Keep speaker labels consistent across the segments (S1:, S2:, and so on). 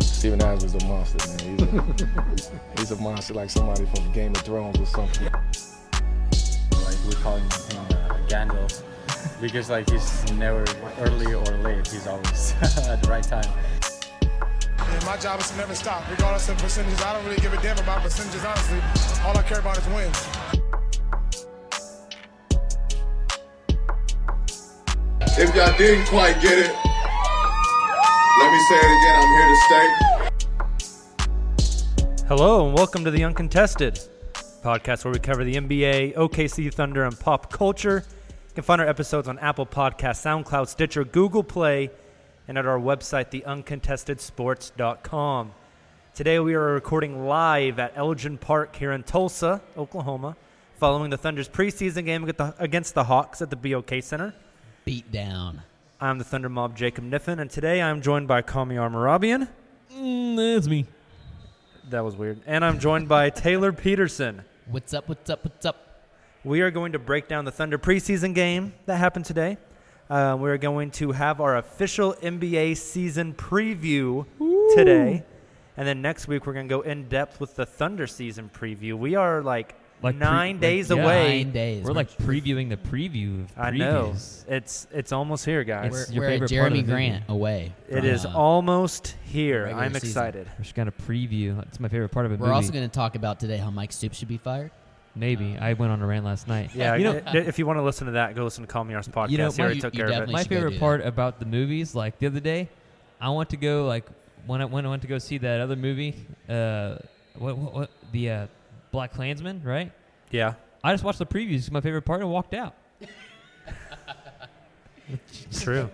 S1: Steven Adams is a monster, man. He's a, he's a monster like somebody from Game of Thrones or something.
S2: like we call him uh, Gandalf because like he's never early or late. He's always at the right time.
S3: And my job is to never stop, regardless of percentages. I don't really give a damn about percentages, honestly. All I care about is wins.
S4: If y'all didn't quite get it, let me say it again. I'm here to stay.
S5: Hello and welcome to the Uncontested podcast where we cover the NBA, OKC Thunder, and pop culture. You can find our episodes on Apple Podcasts, SoundCloud, Stitcher, Google Play, and at our website, theuncontestedsports.com. Today we are recording live at Elgin Park here in Tulsa, Oklahoma, following the Thunder's preseason game against the- against the Hawks at the BOK Center.
S6: beat down.
S5: I'm the Thunder Mob, Jacob Niffin, and today I'm joined by Kami Armarabian.
S7: Mm,
S8: That's me.
S5: That was weird. And I'm joined by Taylor Peterson.
S6: What's up? What's up? What's up?
S5: We are going to break down the Thunder preseason game that happened today. Uh, we are going to have our official NBA season preview today. And then next week, we're going to go in depth with the Thunder season preview. We are like,
S7: pre-
S5: nine
S7: like,
S5: days
S7: yeah.
S5: away.
S6: Nine days.
S7: We're like previewing the preview. Of
S5: I know.
S7: previews.
S5: It's, it's almost here, guys.
S6: we're,
S7: it's your
S6: we're
S7: favorite part of
S6: at Jeremy
S7: the video.
S6: Grant away.
S5: It is
S6: from, uh,
S5: almost here.
S6: regular
S5: I'm
S6: season.
S5: excited.
S7: We're just gonna preview. It's my favorite part of a
S6: We're
S7: movie.
S6: also going to talk about today how Mike Stoops should be fired.
S7: Maybe I went on a rant last night.
S5: Yeah,
S7: you know,
S5: i- if you want to listen to that, go listen to Call Me Ours podcast.
S7: know,
S5: he already
S6: you-
S5: took
S6: you
S5: care of it.
S6: definitely
S7: my
S6: should go do
S7: favorite
S6: that.
S7: part about the movies, like the other day, I want to go like when I when I went to go see that other movie, uh, what what, what the uh, Black Klansman, right?
S5: Yeah.
S7: I just watched the previews. It's my favorite part, and walked out.
S5: True.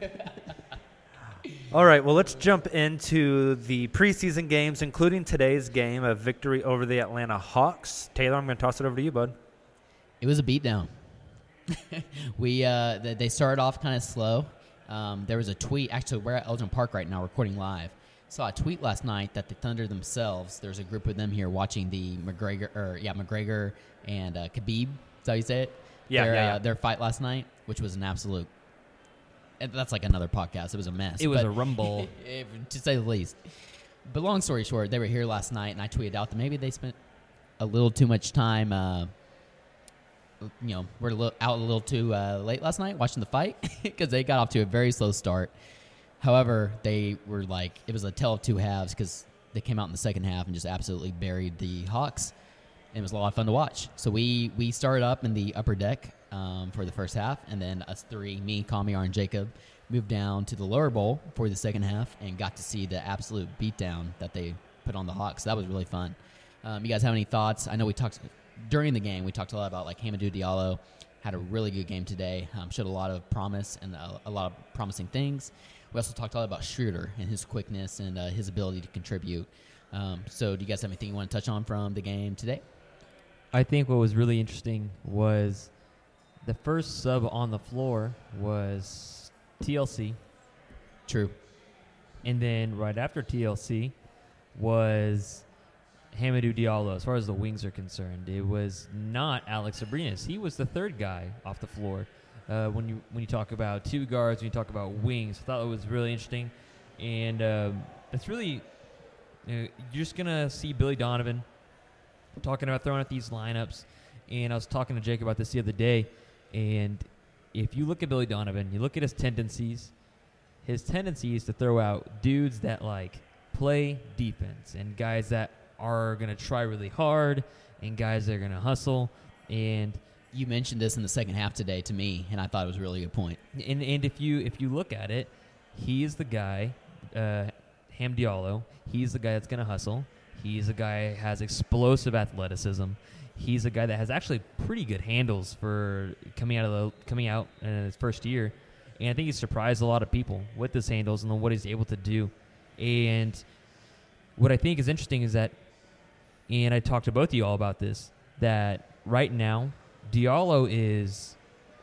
S5: All right, well, let's jump into the preseason games, including today's game, a victory over the Atlanta Hawks. Taylor, I'm going to toss it over to you, bud.
S6: It was a beatdown. we uh, th- they started off kind of slow. Um, there was a tweet. Actually, we're at Elgin Park right now, recording live. Saw a tweet last night that the Thunder themselves. There's a group of them here watching the McGregor, or yeah, McGregor and uh, Khabib. Is that how you say it?
S5: Yeah,
S6: their,
S5: yeah, yeah.
S6: Uh, their fight last night, which was an absolute. and That's like another podcast. It was a mess.
S7: It was
S6: but-
S7: a rumble.
S6: eh, to say the least. But long story short, they were here last night, and I tweeted out that maybe they spent a little too much time. Uh, you know, were a little, out a little too uh, late last night watching the fight because they got off to a very slow start. However, they were like it was a tale of two halves because they came out in the second half and just absolutely buried the Hawks. And it was a lot of fun to watch. So we we started up in the upper deck um, for the first half, and then us three, me, Kamiar, and Jacob, moved down to the lower bowl for the second half and got to see the absolute beatdown that they put on the Hawks. That was really fun. Um, you guys have any thoughts? I know we talked during the game. We talked a lot about like Hamadou Diallo, Had a really good game today. Um, showed a lot of promise and a, a lot of promising things. We also talked a lot about Schroeder and his quickness and uh, his ability to contribute. Um, so, do you guys have anything you want to touch on from the game today?
S2: I think what was really interesting was the first sub on the floor was TLC.
S6: True.
S2: And then right after TLC was Hamadou Diallo, as far as the wings are concerned. It was not Alex Sabrinas. He was the third guy off the floor. Uh, when you when you talk about two guards, when you talk about wings, I thought it was really interesting, and um, it's really uh, you're just gonna see Billy Donovan talking about throwing out these lineups, and I was talking to Jake about this the other day, and if you look at Billy Donovan, you look at his tendencies, his tendency is to throw out dudes that like play defense and guys that are going to try really hard and guys that are going to hustle and
S6: you mentioned this in the second half today to me and I thought it was a really good point.
S2: And and if you if you look at it, he is the guy uh Ham Diallo, he's the guy that's going to hustle. He's a guy that has explosive athleticism. He's a guy that has actually pretty good handles for coming out of the coming out in his first year. And I think he surprised a lot of people with his handles and what he's able to do. And what I think is interesting is that, and I talked to both of you all about this, that right now, Diallo is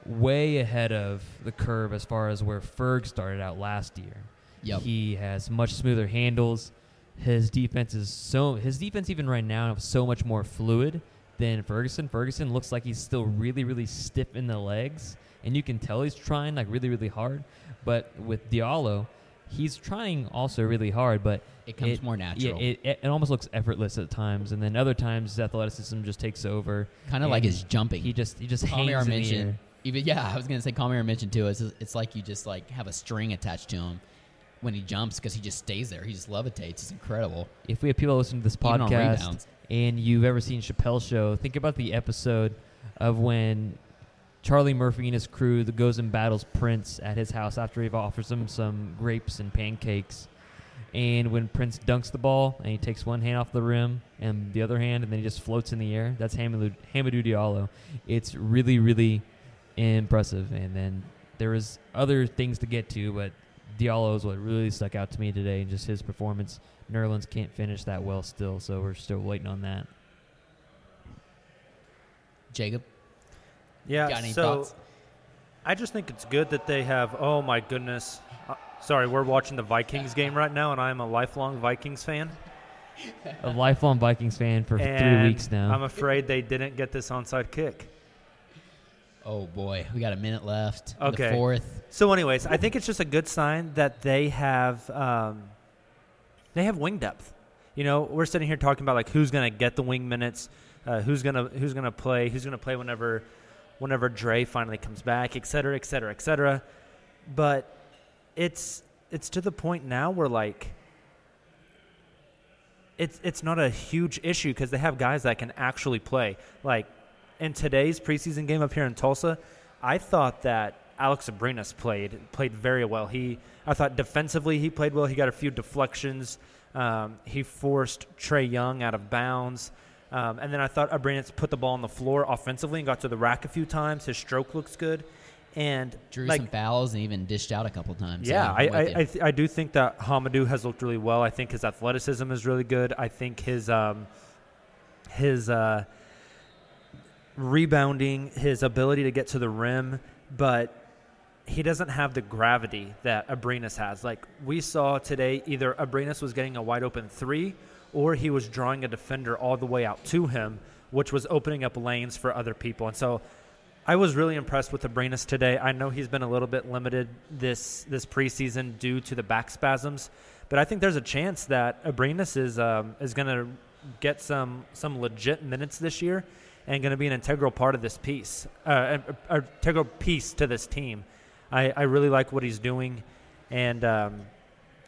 S2: way ahead of the curve as far as where Ferg started out last year.
S6: Yep.
S2: He has much smoother handles. His defense is so his defense even right now is so much more fluid than Ferguson. Ferguson looks like he's still really, really stiff in the legs, and you can tell he's trying like really, really hard. But with Diallo, he's trying also really hard, but
S6: It comes more natural.
S2: Yeah, it, it, it almost looks effortless at times, and then other times his athleticism just takes over.
S6: Kind of like
S2: and
S6: his jumping.
S2: He just he just hangs
S6: Kamir
S2: in the
S6: mentioned.
S2: air.
S6: Even yeah, I was gonna say Kamir mentioned too. It's, it's like you just like have a string attached to him when he jumps because he just stays there. He just levitates. It's incredible.
S2: if we have people that listen to this
S6: Even on
S2: podcast
S6: rebounds.
S2: and you've ever seen Chappelle's show, think about the episode of when Charlie Murphy and his crew that goes and battles Prince at his house after he offers him some grapes and pancakes. And when Prince dunks the ball and he takes one hand off the rim and the other hand and then he just floats in the air, that's Hamadou, Hamadou Diallo. It's really, really impressive. And then there was other things to get to, but Diallo is what really stuck out to me today, and just his performance. Nerlens can't finish that well still, so we're still waiting on that.
S6: Jacob.
S5: Yeah.
S6: Got any
S5: so
S6: thoughts?
S5: I just think it's good that they have. Oh my goodness. Uh, sorry, we're watching the Vikings game right now, and I'm a lifelong Vikings fan.
S2: A lifelong Vikings fan for three
S5: and
S2: weeks now.
S5: I'm afraid they didn't get this onside kick.
S6: Oh boy, we got a minute left. in
S5: Okay.
S6: The fourth.
S5: So, anyways, I think it's just a good sign that they have um, they have wing depth. You know, we're sitting here talking about like who's going to get the wing minutes, uh, who's gonna who's gonna play, who's gonna play whenever whenever Dre finally comes back, et cetera, et cetera, et cetera. But it's it's to the point now where like it's it's not a huge issue because they have guys that can actually play. Like in today's preseason game up here in Tulsa, I thought that Alex Abrinas played played very well. He I thought defensively he played well. He got a few deflections. Um, he forced Trey Young out of bounds. Um, and then I thought Abrinas put the ball on the floor offensively and got to the rack a few times. His stroke looks good. And
S6: drew
S5: like,
S6: some fouls and even dished out a couple times.
S5: yeah, I,
S6: I'm
S5: I,
S6: with you.
S5: I, th- I do think that Hamadou has looked really well. I think his athleticism is really good. I think his um, his uh, rebounding, his ability to get to the rim, but he doesn't have the gravity that Abrinas has. Like we saw today, either Abrinas was getting a wide open three, or he was drawing a defender all the way out to him, which was opening up lanes for other people. And so, I was really impressed with Abrinas today. I know he's been a little bit limited this this preseason due to the back spasms, but I think there's a chance that Abrinas is um, is going to get some some legit minutes this year and going to be an integral part of this piece, uh, an an integral piece to this team. I, I really like what he's doing, and um,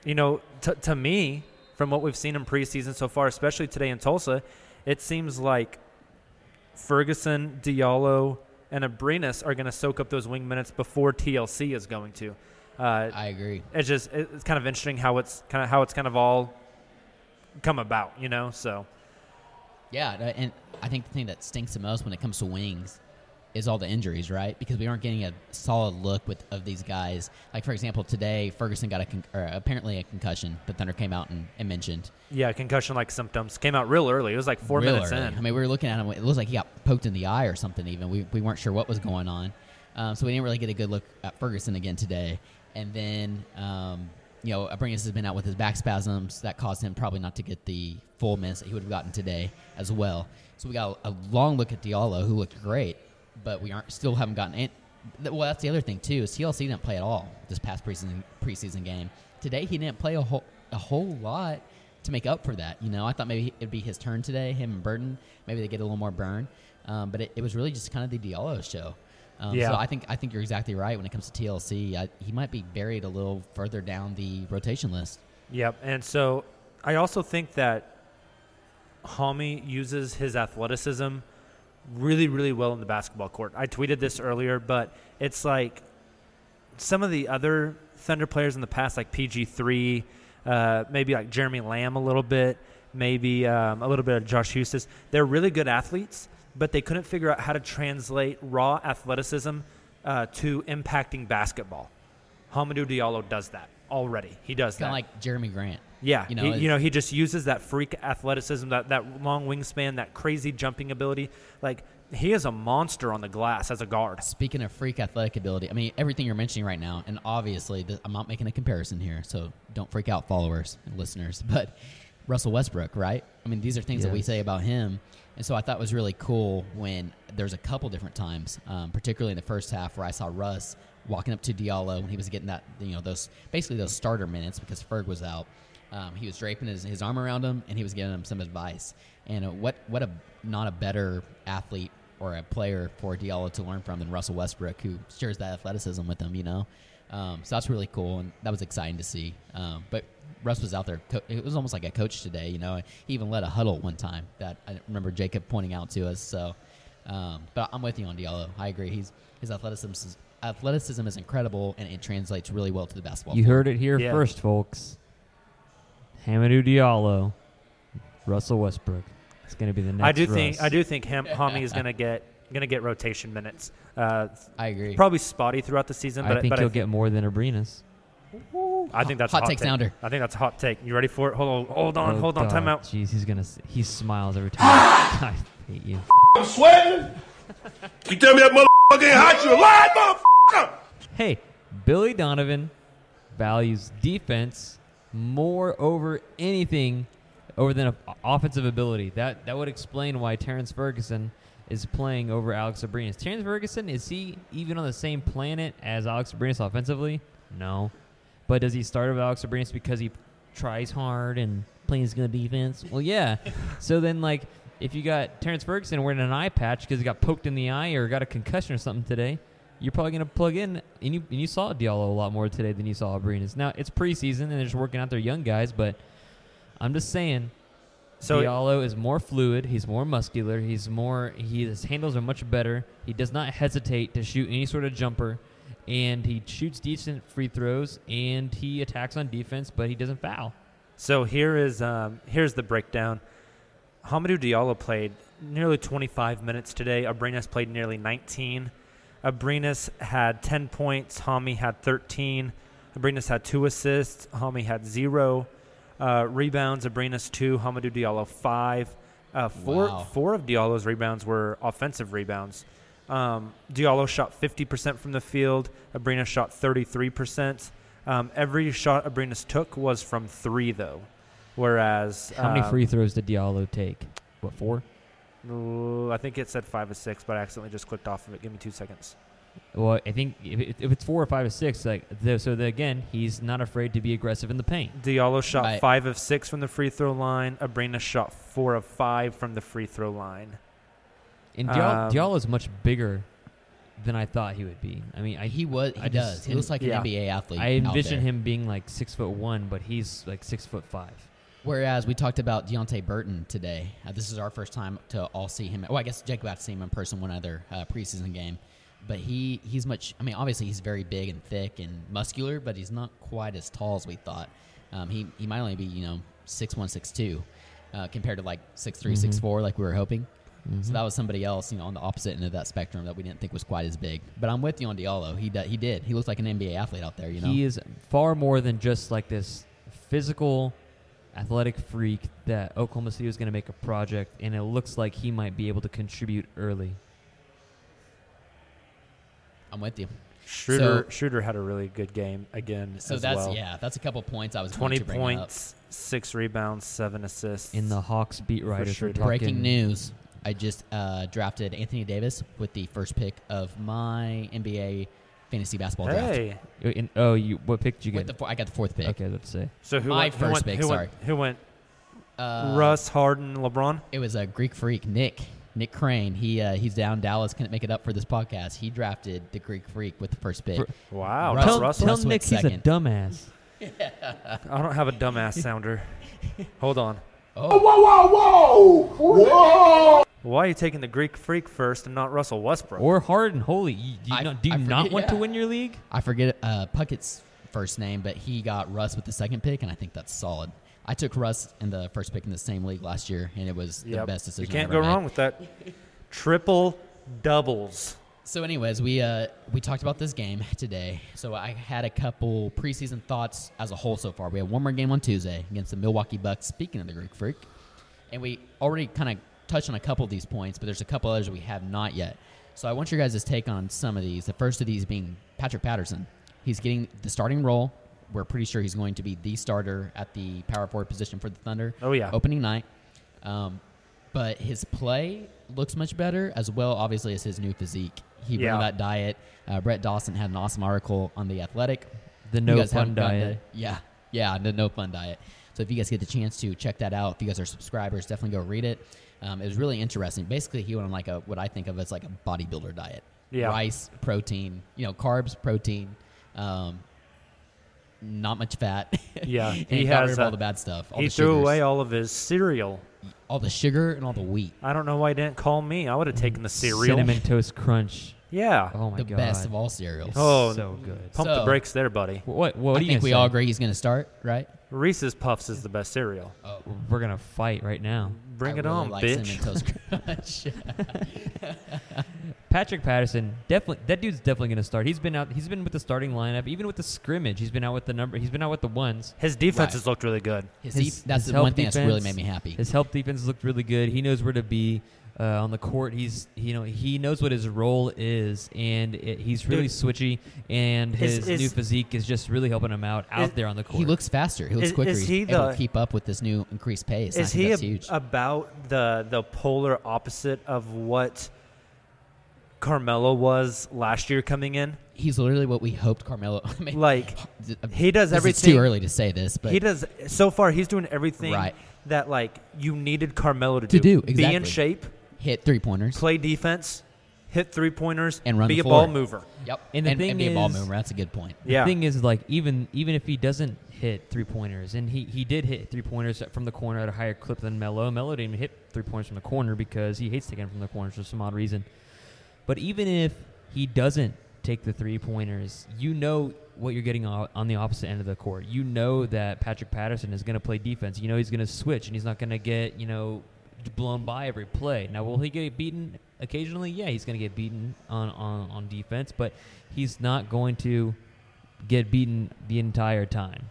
S5: you know, t- to me, from what we've seen in preseason so far, especially today in Tulsa, it seems like Ferguson, Diallo, and Abrinas are going to soak up those wing minutes before TLC is going to. Uh,
S6: I agree.
S5: It's just it's kind of interesting how it's kind of how it's kind of all come about, you know. So
S6: uh, Yeah, tha- and I think the thing that stinks the most when it comes to wings is all the injuries, right? Because we aren't getting a solid look with of these guys. Like for example, today Ferguson got a con- or apparently a concussion, but Thunder came out and, and mentioned
S5: Yeah, concussion like symptoms came out real early. It was like four
S6: real
S5: minutes
S6: early.
S5: in.
S6: I mean, we were looking at him. It looks like he got poked in the eye or something. Even we, we weren't sure what was going on, um, so we didn't really get a good look at Ferguson again today. And then um, you know, Abrinas has been out with his back spasms that caused him probably not to get the full minutes that he would have gotten today as well. So we got a, a long look at Diallo, who looked great, but we aren't still haven't gotten it. Well, that's the other thing too is TLC didn't play at all this past preseason preseason game. Today he didn't play a whole a whole lot to make up for that. You know, I thought maybe it'd be his turn today, him and Burton. Maybe they get a little more burn, um, but it, it was really just kind of the Diallo show. Um,
S5: Yeah.
S6: So I think I think you're exactly right when it comes to TLC. I, he might be buried a little further down the rotation list.
S5: Yep. And so I also think that Hami uses his athleticism really, really well in the basketball court. I tweeted this earlier, but it's like some of the other Thunder players in the past, like PG3, uh, maybe like Jeremy Lamb a little bit, maybe um, a little bit of Josh Hustis, they're really good athletes, but they couldn't figure out how to translate raw athleticism uh, to impacting basketball. Hamadou Diallo does that already. He does
S6: Kind
S5: that.
S6: of like Jeremy Grant.
S5: Yeah,
S6: you know,
S5: he, you know, he just uses that freak athleticism, that that long wingspan, that crazy jumping ability. Like he is a monster on the glass as a guard.
S6: Speaking of freak athletic ability, I mean everything you're mentioning right now, and obviously th- I'm not making a comparison here, so don't freak out, followers and listeners. But Russell Westbrook, right? I mean these are things that we
S2: Yes.
S6: say about him, and so I thought it was really cool when there's a couple different times, um, particularly in the first half, where I saw Russ walking up to Diallo when he was getting that, you know, those basically those starter minutes because Ferg was out. Um, he was draping his, his arm around him and he was giving him some advice. And uh, what what a not a better athlete or a player for Diallo to learn from than Russell Westbrook, who shares that athleticism with him, you know. Um, so that's really cool and that was exciting to see. Um, but Russ was out there. Co- it was almost like a coach today, you know. He even led a huddle one time that I remember Jacob pointing out to us. So, um, but I'm with you on Diallo. I agree. He's his athleticism is, athleticism is incredible and it translates really well to the basketball.
S2: You
S6: floor.
S2: heard it here first, folks. Hamadou Diallo, Russell Westbrook. It's going to be the next.
S5: I do
S2: Russ.
S5: think I do think him Hami is gonna get gonna get rotation minutes. Uh,
S6: I agree.
S5: Probably spotty throughout the season,
S2: I
S5: but
S2: think
S5: but
S2: he'll
S5: I,
S2: get more than Abrinas.
S5: I think that's a
S6: Hot take sounder.
S5: I think that's a hot take. You ready for it? Hold on, hold on,
S2: Oh,
S5: hold on.
S2: dog.
S5: Time out.
S2: Jeez, he's gonna. s- He smiles every time. I hate you.
S9: I'm sweating. You tell me that motherfucker ain't hot, you a liar, motherfucker.
S2: Hey, Billy Donovan values defense more over anything over than o- offensive ability. That that would explain why Terrence Ferguson is playing over Alex Abrinas. Terrence Ferguson is he even on the same planet as Alex Abrinas offensively? No. But does he start with Alex Abrinas because he tries hard and plays good defense? Well, yeah. so then, like, if you got Terrence Ferguson wearing an eye patch because he got poked in the eye or got a concussion or something today, you're probably going to plug in. And you, and you saw Diallo a lot more today than you saw Abrinas. Now, it's preseason and they're just working out their young guys, but I'm just saying.
S5: So-
S2: Diallo is more fluid. He's more muscular. He's more. He, his handles are much better. He does not hesitate to shoot any sort of jumper, and he shoots decent free throws. And he attacks on defense, but he doesn't foul.
S5: So here is um, here's the breakdown. Hamadou Diallo played nearly 25 minutes today. Abrinas played nearly 19. Abrinas had 10 points. Hami had 13. Abrinas had two assists. Hami had zero uh, rebounds. Abrinas two. Hamadou Diallo five. Uh, four
S6: Wow.
S5: four of Diallo's rebounds were offensive rebounds. Um, Diallo shot 50% from the field. Abrinas shot 33%. Um, every shot Abrinas took was from three, though. Whereas
S2: How many
S5: um,
S2: free throws did Diallo take? What four?
S5: Ooh, I think it said five or six, but I accidentally just clicked off of it. Give me two seconds.
S2: Well, I think if, it- if it's four or five or six, like the, so the, again, he's not afraid to be aggressive in the paint.
S5: Diallo shot
S2: Right.
S5: five of six from the free throw line. Abrina shot four of five from the free throw line.
S2: And Diallo,
S5: Um,
S2: Diallo is much bigger than I thought he would be. I mean, I,
S6: He was- he
S2: I
S6: does. He looks like an Yeah. NBA athlete
S2: I
S6: out
S2: envision
S6: there.
S2: him being like six foot one, but he's like six foot five.
S6: Whereas we talked about Deontay Burton today. Uh, this is our first time to all see him. Well, I guess Jake got to see him in person one other uh, preseason game. But he, he's much, I mean, obviously he's very big and thick and muscular, but he's not quite as tall as we thought. Um, he, he might only be, you know, 6'1, 6'2 uh, compared to like 6'3,
S2: Mhm.
S5: Mm-hmm.
S6: 6'4, like we were hoping. So that was somebody else, you know, on the opposite end of that spectrum that we didn't think was quite as big. But I'm with you on Diallo. He d- he did. He looked like an NBA athlete out there. You know,
S2: He is far more than just like this physical, athletic freak that Oklahoma City was going to make a project, and it looks like he might be able to contribute early.
S6: I'm with you.
S5: Schroeder
S6: So-
S5: Schroeder had a really good game again.
S6: So
S5: as
S6: that's
S5: well.
S6: yeah, that's a couple points I was
S5: twenty
S6: going to bring
S5: points, six rebounds, seven assists
S2: In the Hawks beat
S5: for
S2: writers were
S5: Schroeder.
S2: talking-
S6: Breaking news: I just uh, drafted Anthony Davis with the first pick of my NBA fantasy basketball
S5: Hey.
S2: Uh, in- oh, you what pick did you
S6: draft. With
S2: get?
S6: the four, I got the fourth pick.
S2: Okay, let's say
S5: So who
S6: my
S5: went,
S6: first
S5: who went,
S6: pick?
S5: Who
S6: sorry,
S5: went, who went?
S6: Uh,
S5: Russ, Harden, LeBron.
S6: It was a Greek freak, Nick. Nick Crane. He uh, he's down Dallas. Couldn't make it up for this podcast. He drafted the Greek freak with the first pick.
S5: For- Wow,
S6: Russ,
S5: Tell-
S6: Russ,
S5: tell
S6: Russ went
S5: Nick he's a
S6: second.
S2: dumbass.
S5: I don't have a dumbass sounder. Hold on.
S6: Oh.
S10: Whoa, whoa, whoa!
S5: Why are you taking the Greek freak first and not Russell Westbrook?
S2: or Harden. Holy, you, do you
S6: I-
S2: not, do you
S6: I
S2: not
S6: forget-
S2: want to
S6: yeah.
S2: win your league?
S6: I forget uh, Puckett's first name, but he got Russ with the second pick, and I think that's solid. I took Russ and the first pick in the same league last year, and it was the
S5: Yep.
S6: best decision.
S5: You can't
S6: I
S5: go
S6: ever made.
S5: wrong with that. Triple doubles.
S6: So, anyways, we uh, we talked about this game today. So I had a couple preseason thoughts as a whole so far. We have one more game on Tuesday against the Milwaukee Bucks. Speaking of the Greek Freak, and we already kind of touched on a couple of these points, but there's a couple others we have not yet. So I want your guys' take on some of these. The first of these being Patrick Patterson. He's getting the starting role. We're pretty sure he's going to be the starter at the power forward position for the Thunder.
S5: Oh, yeah.
S6: opening night. Um, but his play looks much better, as well, obviously, as his new physique. He went on
S5: Yeah.
S6: that diet. Uh, Brett Dawson had an awesome article on The Athletic.
S2: The
S6: You
S2: no
S6: guys
S2: fun
S6: haven't gotten
S2: diet.
S6: to- yeah, yeah, the no fun diet. So if you guys get the chance to check that out, if you guys are subscribers, definitely go read it. Um, it was really interesting. Basically, he went on like a what I think of as like a bodybuilder diet.
S5: Yeah.
S6: Rice, protein, you know, carbs, protein, um, not much fat.
S5: Yeah,
S6: and
S5: he
S6: he got
S5: has
S6: rid of
S5: a-
S6: all the bad stuff. All
S5: he
S6: the
S5: threw
S6: sugars,
S5: away all of his cereal.
S6: all the sugar and all the wheat.
S5: I don't know why he didn't call me. I would have
S6: Mm,
S5: taken the cereal.
S2: Cinnamon toast crunch.
S5: Yeah.
S2: Oh my
S6: the
S2: god,
S6: best of all cereals.
S5: Oh,
S2: so good.
S5: Pump the
S6: So-
S5: brakes there, buddy.
S2: What? What?
S6: I
S2: do you
S6: think
S2: gonna
S6: we
S2: say?
S6: all agree he's going to start, right?
S5: Reese's Puffs is the best cereal.
S2: We're gonna fight right now.
S5: Bring
S6: Oh. I
S5: it
S6: really
S5: on,
S6: like
S5: bitch.
S6: Cinnamon Toast Crunch.
S2: Patrick Patterson, definitely that dude's definitely going to start. He's been out. He's been with the starting lineup, even with the scrimmage. He's been out with the number. He's been out with the ones.
S5: His defense
S6: Right.
S5: has looked really good.
S6: His,
S2: His-
S6: def- that's
S2: his
S6: the one
S2: help
S6: thing that's really
S2: defense-
S6: made me happy.
S2: His help defense looked really good. He knows where to be uh, on the court. He's you know he knows what his role is, and it, he's really
S5: Dude.
S2: switchy. And
S5: Is-
S2: his
S5: is-
S2: new physique is just really helping him out out
S5: is-
S2: there on the court.
S6: He looks faster. He looks
S5: Is-
S6: quicker.
S5: is
S6: He's
S5: he
S6: able
S5: the-
S6: to keep up with this new increased pace. and I
S5: Is
S6: think
S5: he
S6: that's
S5: ab-
S6: huge?
S5: about the the polar opposite of what Carmelo was last year coming in?
S6: He's literally what we hoped Carmelo. I mean,
S5: Like,
S6: th-
S5: he does
S6: this is
S5: everything-
S6: too early to say this, but
S5: he does so far. He's doing everything
S6: Right.
S5: that like you needed Carmelo to,
S6: To do,
S5: Be in
S6: exactly.
S5: shape,
S6: hit three pointers.
S5: play defense, hit three pointers,
S6: And run
S5: Be
S6: the
S5: a
S6: floor.
S5: ball mover.
S6: Yep.
S2: And the thing
S6: be a ball
S2: is-
S6: mover. That's a good point.
S2: The
S5: Yeah.
S2: thing is, like, even even if he doesn't hit three pointers, and he, he did hit three pointers from the corner at a higher clip than Melo. Melo didn't even hit three pointers from the corner because he hates taking them from the corners for some odd reason. But even if he doesn't take the three pointers, you know what you're getting o- on the opposite end of the court. You know that Patrick Patterson is going to play defense. You know he's going to switch, and he's not going to get you know blown by every play. Now, will he get beaten occasionally? Yeah, he's going to get beaten on, on on defense, but he's not going to get beaten the entire time.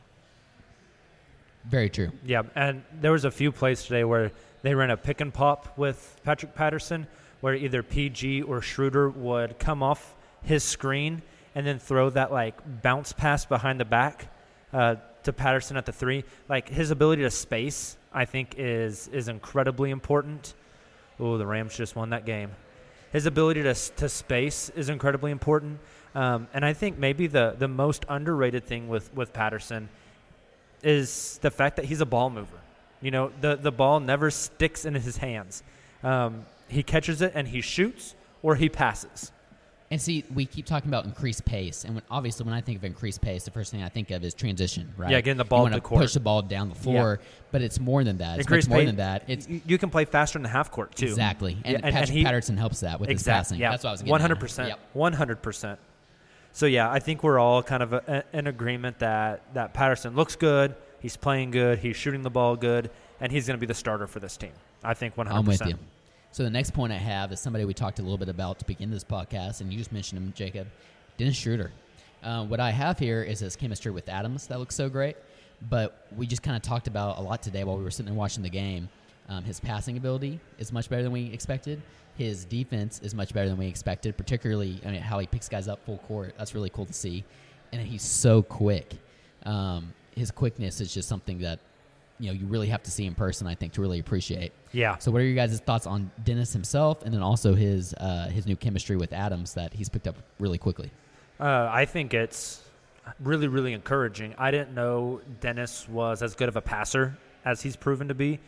S6: Very true.
S5: Yeah, and there was a few plays today where they ran a pick and pop with Patrick Patterson, where either PG or Schroeder would come off his screen and then throw that like bounce pass behind the back uh, to Patterson at the three. Like his ability to space, I think, is is incredibly important. Oh, the Rams just won that game. His ability to, s- to space is incredibly important. Um, and I think maybe the, the most underrated thing with, with Patterson is the fact that he's a ball mover. You know, the, the ball never sticks in his hands. Um, he catches it and he shoots or he passes.
S6: And see, we keep talking about increased pace, and when, obviously, when I think of increased pace, the first thing I think of is transition, right?
S5: Yeah, getting the ball to
S6: You wanna
S5: the court.
S6: push the ball down the floor, but it's more than that. It's much
S5: Increased
S6: more
S5: pa-
S6: than that. It's
S5: y- you can play faster in the half court too.
S6: exactly, and,
S5: Yeah,
S6: Patrick
S5: he-
S6: Patterson helps that with his
S5: Exact-
S6: passing.
S5: Yeah,
S6: That's what I was getting at.
S5: One hundred percent.
S6: Yep.
S5: One hundred percent. So yeah, I think we're all kind of a, in agreement that that Patterson looks good. He's playing good. He's shooting the ball good, and he's going to be the starter for this team. I think one
S6: I'm
S5: hundred
S6: with
S5: percent.
S6: you. So the next point I have is somebody we talked a little bit about to begin this podcast, and you just mentioned him, Jacob, Dennis Schroeder. Uh, what I have here is his chemistry with Adams that looks so great, but we just kind of talked about a lot today while we were sitting there watching the game. Um, his passing ability is much better than we expected. His defense is much better than we expected, particularly I mean, how he picks guys up full court. That's really cool to see, and he's so quick. Um, his quickness is just something that you know you really have to see in person, I think, to really appreciate.
S5: Yeah.
S6: So, what are your guys' thoughts on Dennis himself, and then also his uh, his new chemistry with Adams that he's picked up really quickly?
S5: Uh, I think it's really, really encouraging. I didn't know Dennis was as good of a passer as he's proven to be.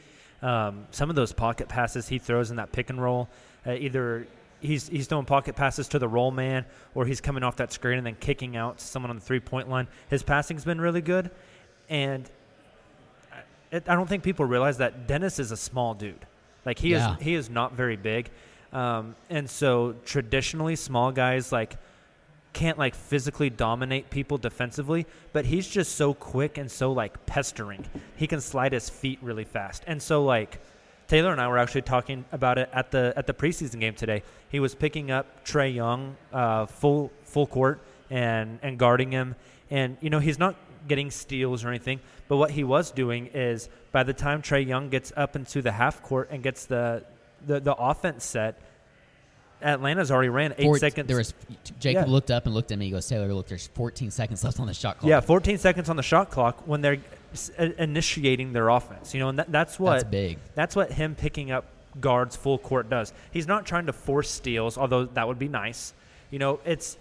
S5: Um, some of those pocket passes he throws in that pick and roll, uh, either he's he's throwing pocket passes to the roll man, or he's coming off that screen and then kicking out to someone on the three point line. His passing's been really good, and it, I don't think people realize that Dennis is a small dude. Like he
S6: Yeah.
S5: is he is not very big, um, and so traditionally small guys like can't like physically dominate people defensively, but he's just so quick and so like pestering. He can slide his feet really fast. And so like Taylor and I were actually talking about it at the at the preseason game today. He was picking up Trey Young uh, full full court and and guarding him. And you know he's not getting steals or anything, but what he was doing is by the time Trey Young gets up into the half court and gets the the, the offense set, Atlanta's already ran eight
S6: Four-
S5: seconds.
S6: There was Jacob
S5: Yeah.
S6: looked up and looked at me. He goes, "Taylor, look, there's 14 seconds left on the shot clock."
S5: Yeah, 14 seconds on the shot clock when they're s- i- initiating their offense. You know, and that, that's what
S6: That's big.
S5: That's what him picking up guards full court does. He's not trying to force steals, although that would be nice. You know, it's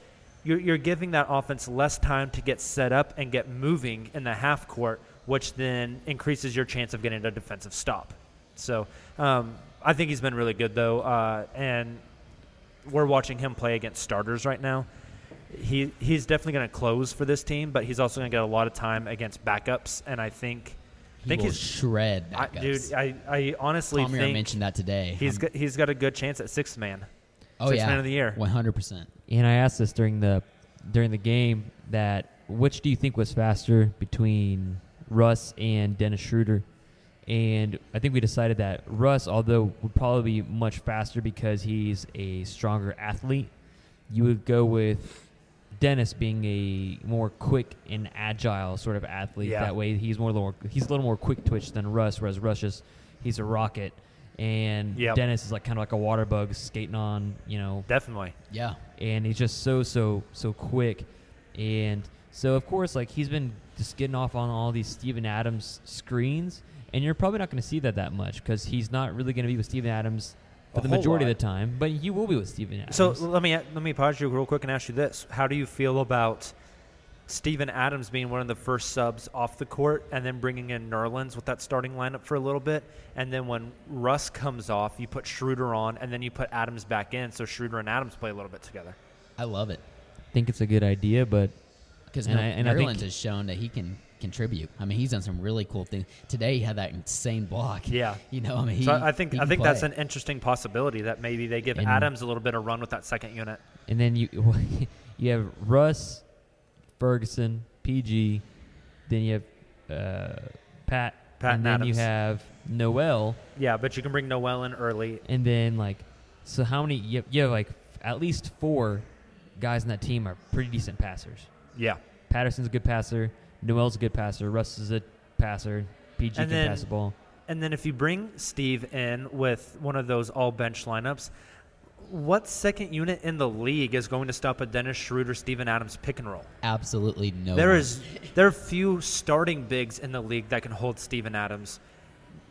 S5: you're, you're giving that offense less time to get set up and get moving in the half court, which then increases your chance of getting a defensive stop. So um, I think he's been really good though, uh, and we're watching him play against starters right now. He he's definitely going to close for this team, but he's also going to get a lot of time against backups, and I think I
S6: He
S5: think
S6: will
S5: he's
S6: shred
S5: I,
S6: backups.
S5: dude, I, I honestly
S6: Tom Muir
S5: think
S6: mentioned that today.
S5: He's
S6: I'm-
S5: got, he's got a good chance at sixth man.
S6: Oh,
S5: sixth
S6: yeah.
S5: man of the year.
S6: 100%.
S2: And I asked this during the during the game that which do you think was faster between Russ and Dennis Schroeder? And I think we decided that Russ, although would probably be much faster because he's a stronger athlete, you would go with Dennis being a more quick and agile sort of athlete.
S5: Yeah.
S2: That way, he's more a little more, he's a little more quick twitch than Russ, whereas Russ just he's a rocket, and
S5: Yep.
S2: Dennis is like kind of like a water bug skating on you know
S5: Definitely.
S6: Yeah.
S2: and he's just so so so quick and so of course like he's been just getting off on all these Steven Adams screens and you're probably not going to see that that much cuz he's not really going to be with Steven Adams for
S5: A
S2: the
S5: whole
S2: majority
S5: lot.
S2: of the time but you will be with Steven Adams
S5: So let me let me pause you real quick and ask you this: How do you feel about Steven Adams being one of the first subs off the court, and then bringing in Nerlens with that starting lineup for a little bit, and then when Russ comes off, you put Schroeder on, and then you put Adams back in, so Schroeder and Adams play a little bit together.
S6: I love it.
S2: I think it's a good idea but
S6: because
S2: and I- and I think-
S6: Maryland has shown that he can contribute. I mean, he's done some really cool things. Today, he had that insane block.
S5: Yeah,
S6: you know, I mean, he,
S5: so I think
S6: he
S5: I
S6: can
S5: think
S6: play.
S5: that's an interesting possibility that maybe they give
S2: And-
S5: Adams a little bit of run with that second unit.
S2: and then you you have Russ Ferguson PG then you have uh, Pat
S5: Pat
S2: and
S5: and
S2: then you
S5: Adams.
S2: have Noel
S5: Yeah, but you can bring Noel in early.
S2: And then like, so how many? You have, you have like at least four guys on that team are pretty decent passers.
S5: Yeah.
S2: Patterson's a good passer. Noel's a good passer. Russ is a passer. PG can
S5: and then,
S2: pass the ball.
S5: And then if you bring Steve in with one of those all bench lineups, what second unit in the league is going to stop a Dennis Schroeder, Steven Adams pick and roll?
S6: absolutely
S2: Oh,
S6: no.
S5: There
S6: one.
S5: is there are few starting bigs in the league that can hold Steven Adams.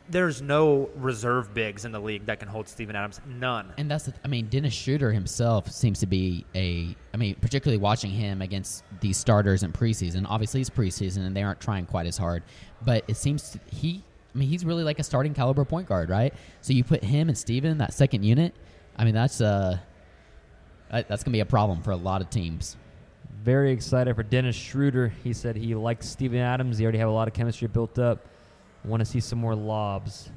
S5: There's no reserve bigs in the league that can hold Steven Adams. None.
S6: and that's the, I mean, Dennis Schroeder himself seems to be a. I mean, particularly watching him against these starters in preseason. Obviously, it's preseason and they aren't trying quite as hard, but it seems to, he. I mean, he's really like a starting caliber point guard, right? So you put him and Steven in that second unit. I mean, that's uh, that- that's gonna be a problem for a lot of teams.
S2: Very excited for Dennis Schroeder. He said he likes Steven Adams. They already have a lot of chemistry built up. Want to see some more lobs.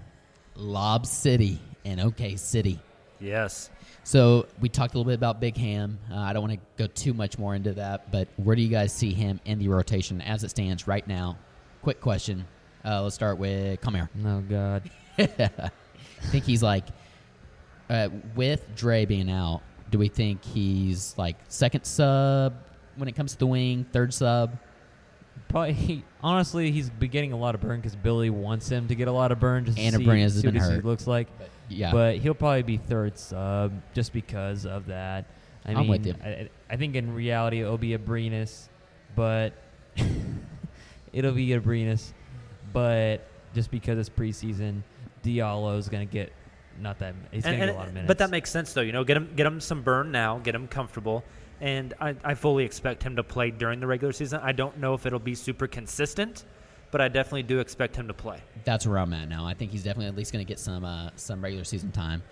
S6: Lob City and OK City.
S5: Yes.
S6: So we talked a little bit about Big Ham. Uh, I don't want to go too much more into that, but where do you guys see him in the rotation as it stands right now? Quick question. Uh, let's start with Comer.
S2: Oh God,
S6: I think he's like uh, with Dre being out, do we think he's like second sub when it comes to the wing, third sub?
S2: Probably, he, honestly, he's been getting a lot of burn because Billy wants him to get a lot of burn just to
S6: And
S2: see,
S6: Abrines has
S2: see
S6: been
S2: what he
S6: hurt.
S2: looks like.
S6: But, yeah.
S2: but he'll probably be third sub just because of that. I
S6: I'm
S2: mean,
S6: with you.
S2: I- I, I think in reality it'll be Abrinas, but it'll be Abrinas, but just because it's preseason, Diallo's gonna get not that he's gonna
S5: And-
S2: get
S5: and-
S2: a lot of minutes.
S5: But that makes sense, though. You know, get him get him some burn now, get him comfortable, and I, I fully expect him to play during the regular season. I don't know if it'll be super consistent, but I definitely do expect him to play.
S6: That's where I'm at now. I think he's definitely at least going to get some uh, some regular season time.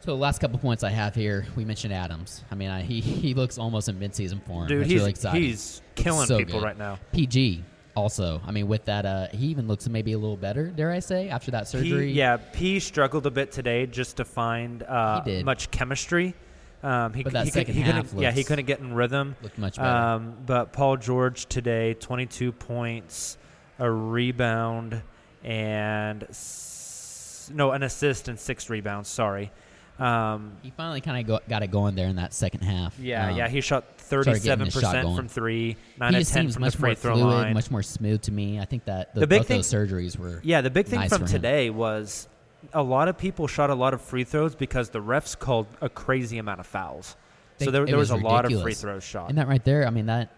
S6: So the last couple points I have here, we mentioned Adams. I mean, I, he he looks almost in midseason form.
S5: Dude,
S6: That's
S5: he's-
S6: really exciting.
S5: he's
S6: Looks
S5: killing
S6: so
S5: people
S6: good.
S5: right now.
S6: PG also. I mean, with that, uh, he even looks maybe a little better. Dare I say after that surgery?
S5: P, yeah, P struggled a bit today just to find uh,
S6: He did.
S5: much chemistry. Um, he,
S6: But that
S5: he could-
S6: second
S5: he
S6: half
S5: couldn't- yeah, he
S6: looks-
S5: couldn't get in rhythm.
S6: looked much better.
S5: Um, but Paul George today, 22 points, a rebound, and s- no, an assist and six rebounds. Sorry. Um,
S6: He finally kind of go, got it going there in that second half.
S5: yeah,
S6: Um,
S5: yeah, he shot
S6: started getting
S5: 37
S6: his shot
S5: percent
S6: going.
S5: from three, nine
S6: he
S5: out of
S6: just
S5: ten
S6: seems
S5: from
S6: much
S5: the free
S6: more
S5: throw
S6: fluid,
S5: line.
S6: much more smooth to me. I think that the,
S5: The big
S6: both
S5: thing-
S6: those surgeries were
S5: Yeah, the big thing
S6: nice
S5: from
S6: for him.
S5: today was a lot of people shot a lot of free throws because the refs called a crazy amount of fouls.
S6: They-
S5: so there,
S6: it
S5: there was, a lot of free
S6: ridiculous.
S5: throws shot.
S6: And that right there, I mean that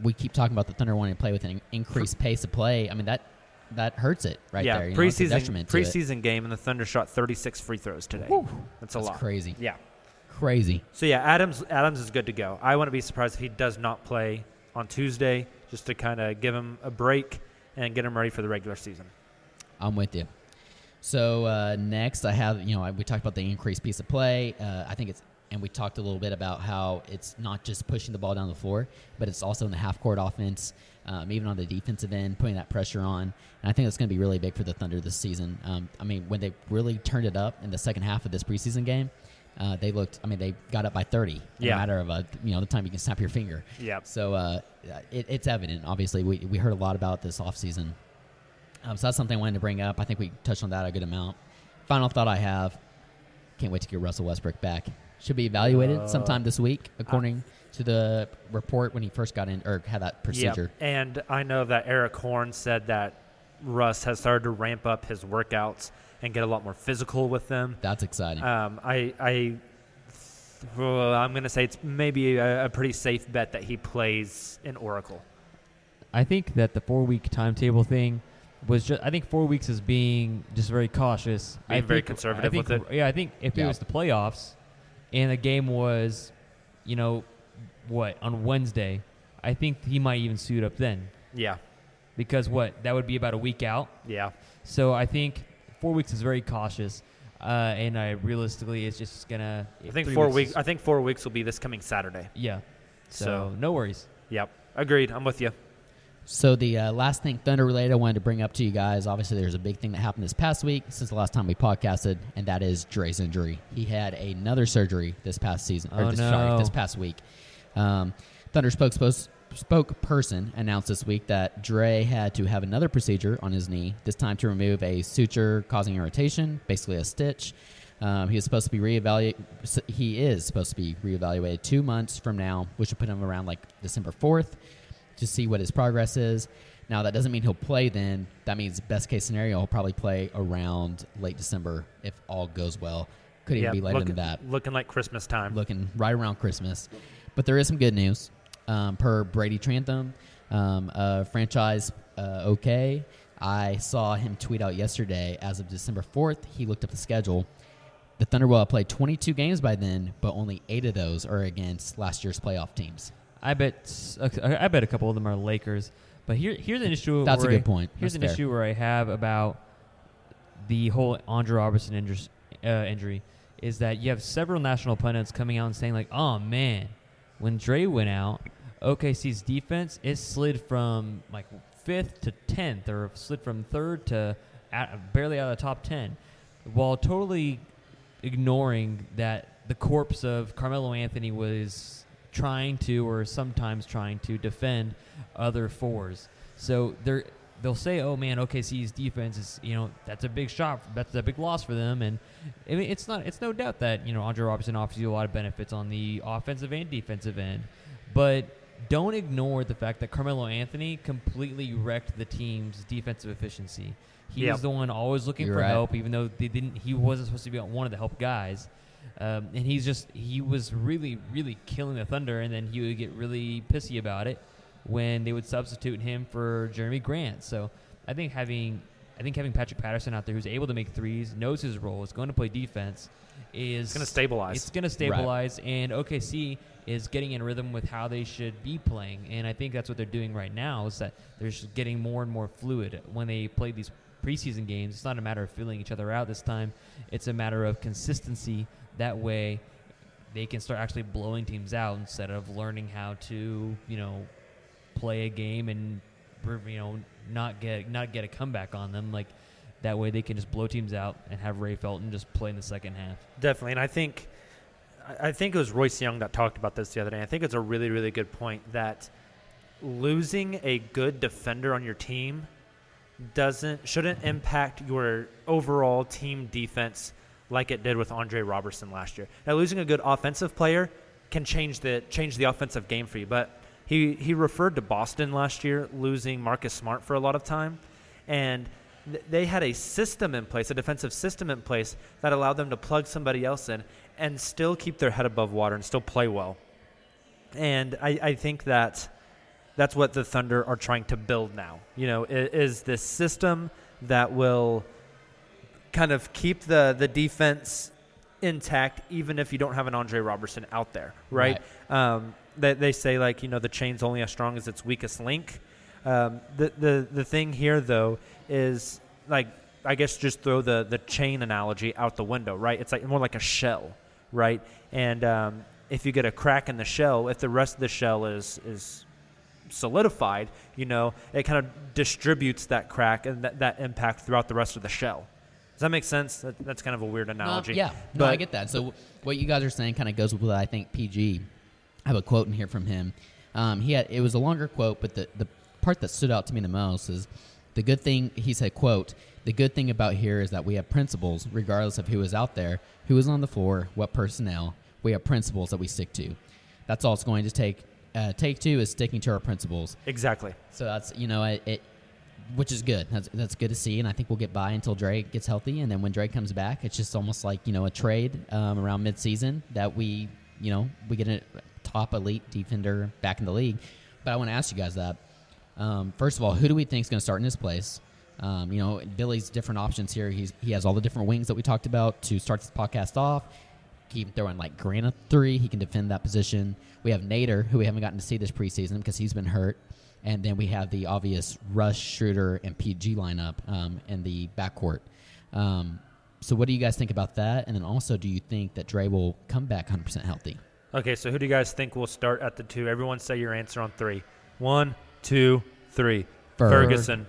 S6: we keep talking about the Thunder wanting to play with an increased pace of play. I mean that that hurts it right
S5: yeah,
S6: there. You know, it's a
S5: preseason
S6: detriment to it.
S5: preseason game, and the Thunder shot 36 free throws today. That's a
S6: That's
S5: lot.
S6: crazy.
S5: Yeah.
S6: Crazy.
S5: So yeah, Adams Adams is good to go. I wouldn't be surprised if he does not play on Tuesday, just to kind of give him a break and get him ready for the regular season.
S6: I'm with you. So uh, next, I have you know I, we talked about the increased piece of play. Uh, I think it's and we talked a little bit about how it's not just pushing the ball down the floor, but it's also in the half court offense, um, even on the defensive end, putting that pressure on. And I think that's going to be really big for the Thunder this season. Um, I mean, when they really turned it up in the second half of this preseason game, uh, they looked. I mean, they got up by 30 in
S5: Yeah.
S6: a matter of a you know the time you can snap your finger.
S5: Yep.
S6: So uh, it, it's evident. Obviously, we we heard a lot about this offseason. Um, so that's something I wanted to bring up. I think we touched on that a good amount. Final thought I have: can't wait to get Russell Westbrook back. Should be evaluated
S5: Uh,
S6: sometime this week, according to the report when he first got in or had that procedure.
S5: Yeah. And I know that Eric Horn said that Russ has started to ramp up his workouts and get a lot more physical with them.
S6: That's exciting.
S2: Uh,
S5: Um, I, I, well, I'm going to say it's maybe a, a pretty safe bet that he plays in Oracle.
S2: I think that the four week timetable thing was just I think four weeks is being just very cautious.
S5: Being
S2: I
S5: very
S2: think-
S5: conservative
S2: I think-
S5: with it.
S2: Yeah, I think if
S5: Yeah.
S2: it was the playoffs and the game was, you know, what, on Wednesday, I think he might even suit up then.
S5: Yeah.
S2: Because what? That would be about a week out.
S5: Yeah.
S2: So I think four weeks is very cautious. Uh, and I realistically, it's just gonna.
S5: I think
S2: three
S5: four
S2: weeks
S5: weeks.
S2: is-
S5: I think four weeks will be this coming Saturday.
S2: Yeah. So,
S5: So-
S2: no worries.
S5: Yep. Agreed. I'm with you.
S6: So the uh, last thing Thunder related I wanted to bring up to you guys. Obviously, there's a big thing that happened this past week since the last time we podcasted, and that is Dre's injury. He had another surgery this past season or
S2: Oh,
S6: this, sorry,
S2: no.
S6: this past week. Um, Thunder spoke, spoke, spokesperson announced this week that Dre had to have another procedure on his knee, this time to remove a suture causing irritation, basically a stitch. Um, he was supposed to be reevaluated. He is supposed to be reevaluated two months from now, which would put him around like December fourth to see what his progress is. Now that doesn't mean he'll play then. That means best case scenario he'll probably play around late December if all goes well. Could even
S5: Yeah,
S6: be later
S5: look-
S6: than that
S5: Looking like Christmas time.
S6: looking right around Christmas. But there is some good news um, per Brady Trantham, um, uh, franchise uh, OK. I saw him tweet out yesterday as of December 4th. He looked up the schedule. The Thunder will have played 22 games by then, but only eight of those are against last year's playoff teams.
S2: I bet I bet a couple of them are Lakers. But here here's an issue.
S6: That's a
S2: where I-
S6: good point.
S2: Here's
S6: That's
S2: an
S6: fair.
S2: issue where I have about the whole Andre Robertson injur- uh, injury is that you have several national pundits coming out and saying like, "Oh man, when Dre went out, OKC's defense it slid from like fifth to tenth, or slid from third to out, barely out of the top ten, while totally ignoring that the corpse of Carmelo Anthony was trying to or sometimes trying to defend other fours. So there they'll say, "Oh man, OKC's defense is you know that's a big shot, that's a big loss for them." And I mean, it's not, it's no doubt that you know Andre Robertson offers you a lot of benefits on the offensive and defensive end, but don't ignore the fact that Carmelo Anthony completely wrecked the team's defensive efficiency. He
S6: Yep.
S2: was the one always looking
S6: You're
S2: for
S6: right.
S2: help, even though they didn't. He wasn't supposed to be one of the help guys, um, and he's just he was really, really killing the Thunder. And then he would get really pissy about it when they would substitute him for Jeremy Grant. So I think having I think having Patrick Patterson out there, who's able to make threes, knows his role, is going to play defense, is
S5: It's gonna stabilize.
S2: It's going to
S5: Right.
S2: stabilize, and OKC is getting in rhythm with how they should be playing. And I think that's what they're doing right now is that they're just getting more and more fluid when they play these preseason games. It's not a matter of filling each other out this time. It's a matter of consistency. That way, they can start actually blowing teams out instead of learning how to, you know, play a game and you know not get not get a comeback on them. Like that way, they can just blow teams out and have Ray Felton just play in the second half.
S5: Definitely, and I think, I I think it was Royce Young that talked about this the other day. I think it's a really, really good point that losing a good defender on your team doesn't shouldn't impact your overall team defense like it did with Andre Robertson last year. Now, losing a good offensive player can change the change the offensive game for you, but he he referred to Boston last year losing Marcus Smart for a lot of time, and th- they had a system in place, a defensive system in place that allowed them to plug somebody else in and still keep their head above water and still play well. And I, I think that that's what the Thunder are trying to build now. You know, i- is this system that will kind of keep the the defense intact, even if you don't have an Andre Robertson out there, right? Um, they, they say like you know the chain's only as strong as its weakest link. Um, the the the thing here though is like I guess just throw the the chain analogy out the window, right? It's like more like a shell, right? And um, if you get a crack in the shell, if the rest of the shell is is solidified, you know, it kind of distributes that crack and that, that impact throughout the rest of the shell. Does that make sense? That, that's kind of a weird analogy.
S6: Uh, yeah, no, I get that. So what you guys are saying kind of goes with what I think PG. I have a quote in here from him. Um, he had it was a longer quote, but the the part that stood out to me the most is the good thing he said. Quote: The good thing about here is that we have principles, regardless of who is out there, who is on the floor, what personnel. We have principles that we stick to. That's all it's going to take. Uh, take two is sticking to our principles.
S5: Exactly.
S6: So that's you know it, it which is good. That's, that's good to see, and I think we'll get by until Drake gets healthy, and then when Drake comes back, it's just almost like you know a trade um, around midseason that we you know we get a top elite defender back in the league. But I want to ask you guys that um, first of all, who do we think is going to start in this place? Um, you know, Billy's different options here. He's he has all the different wings that we talked about to start this podcast off. Keep throwing like Grant a three. He can defend that position. We have Nader, who we haven't gotten to see this preseason because he's been hurt. And then we have the obvious Rush, Schroeder, and PG lineup um, in the backcourt. Um, so, what do you guys think about that? And then also, do you think that Dre will come back 100% healthy?
S5: Okay, so who do you guys think will start at the two? Everyone say your answer on three. One, two, three.
S6: Ferg.
S5: Ferguson.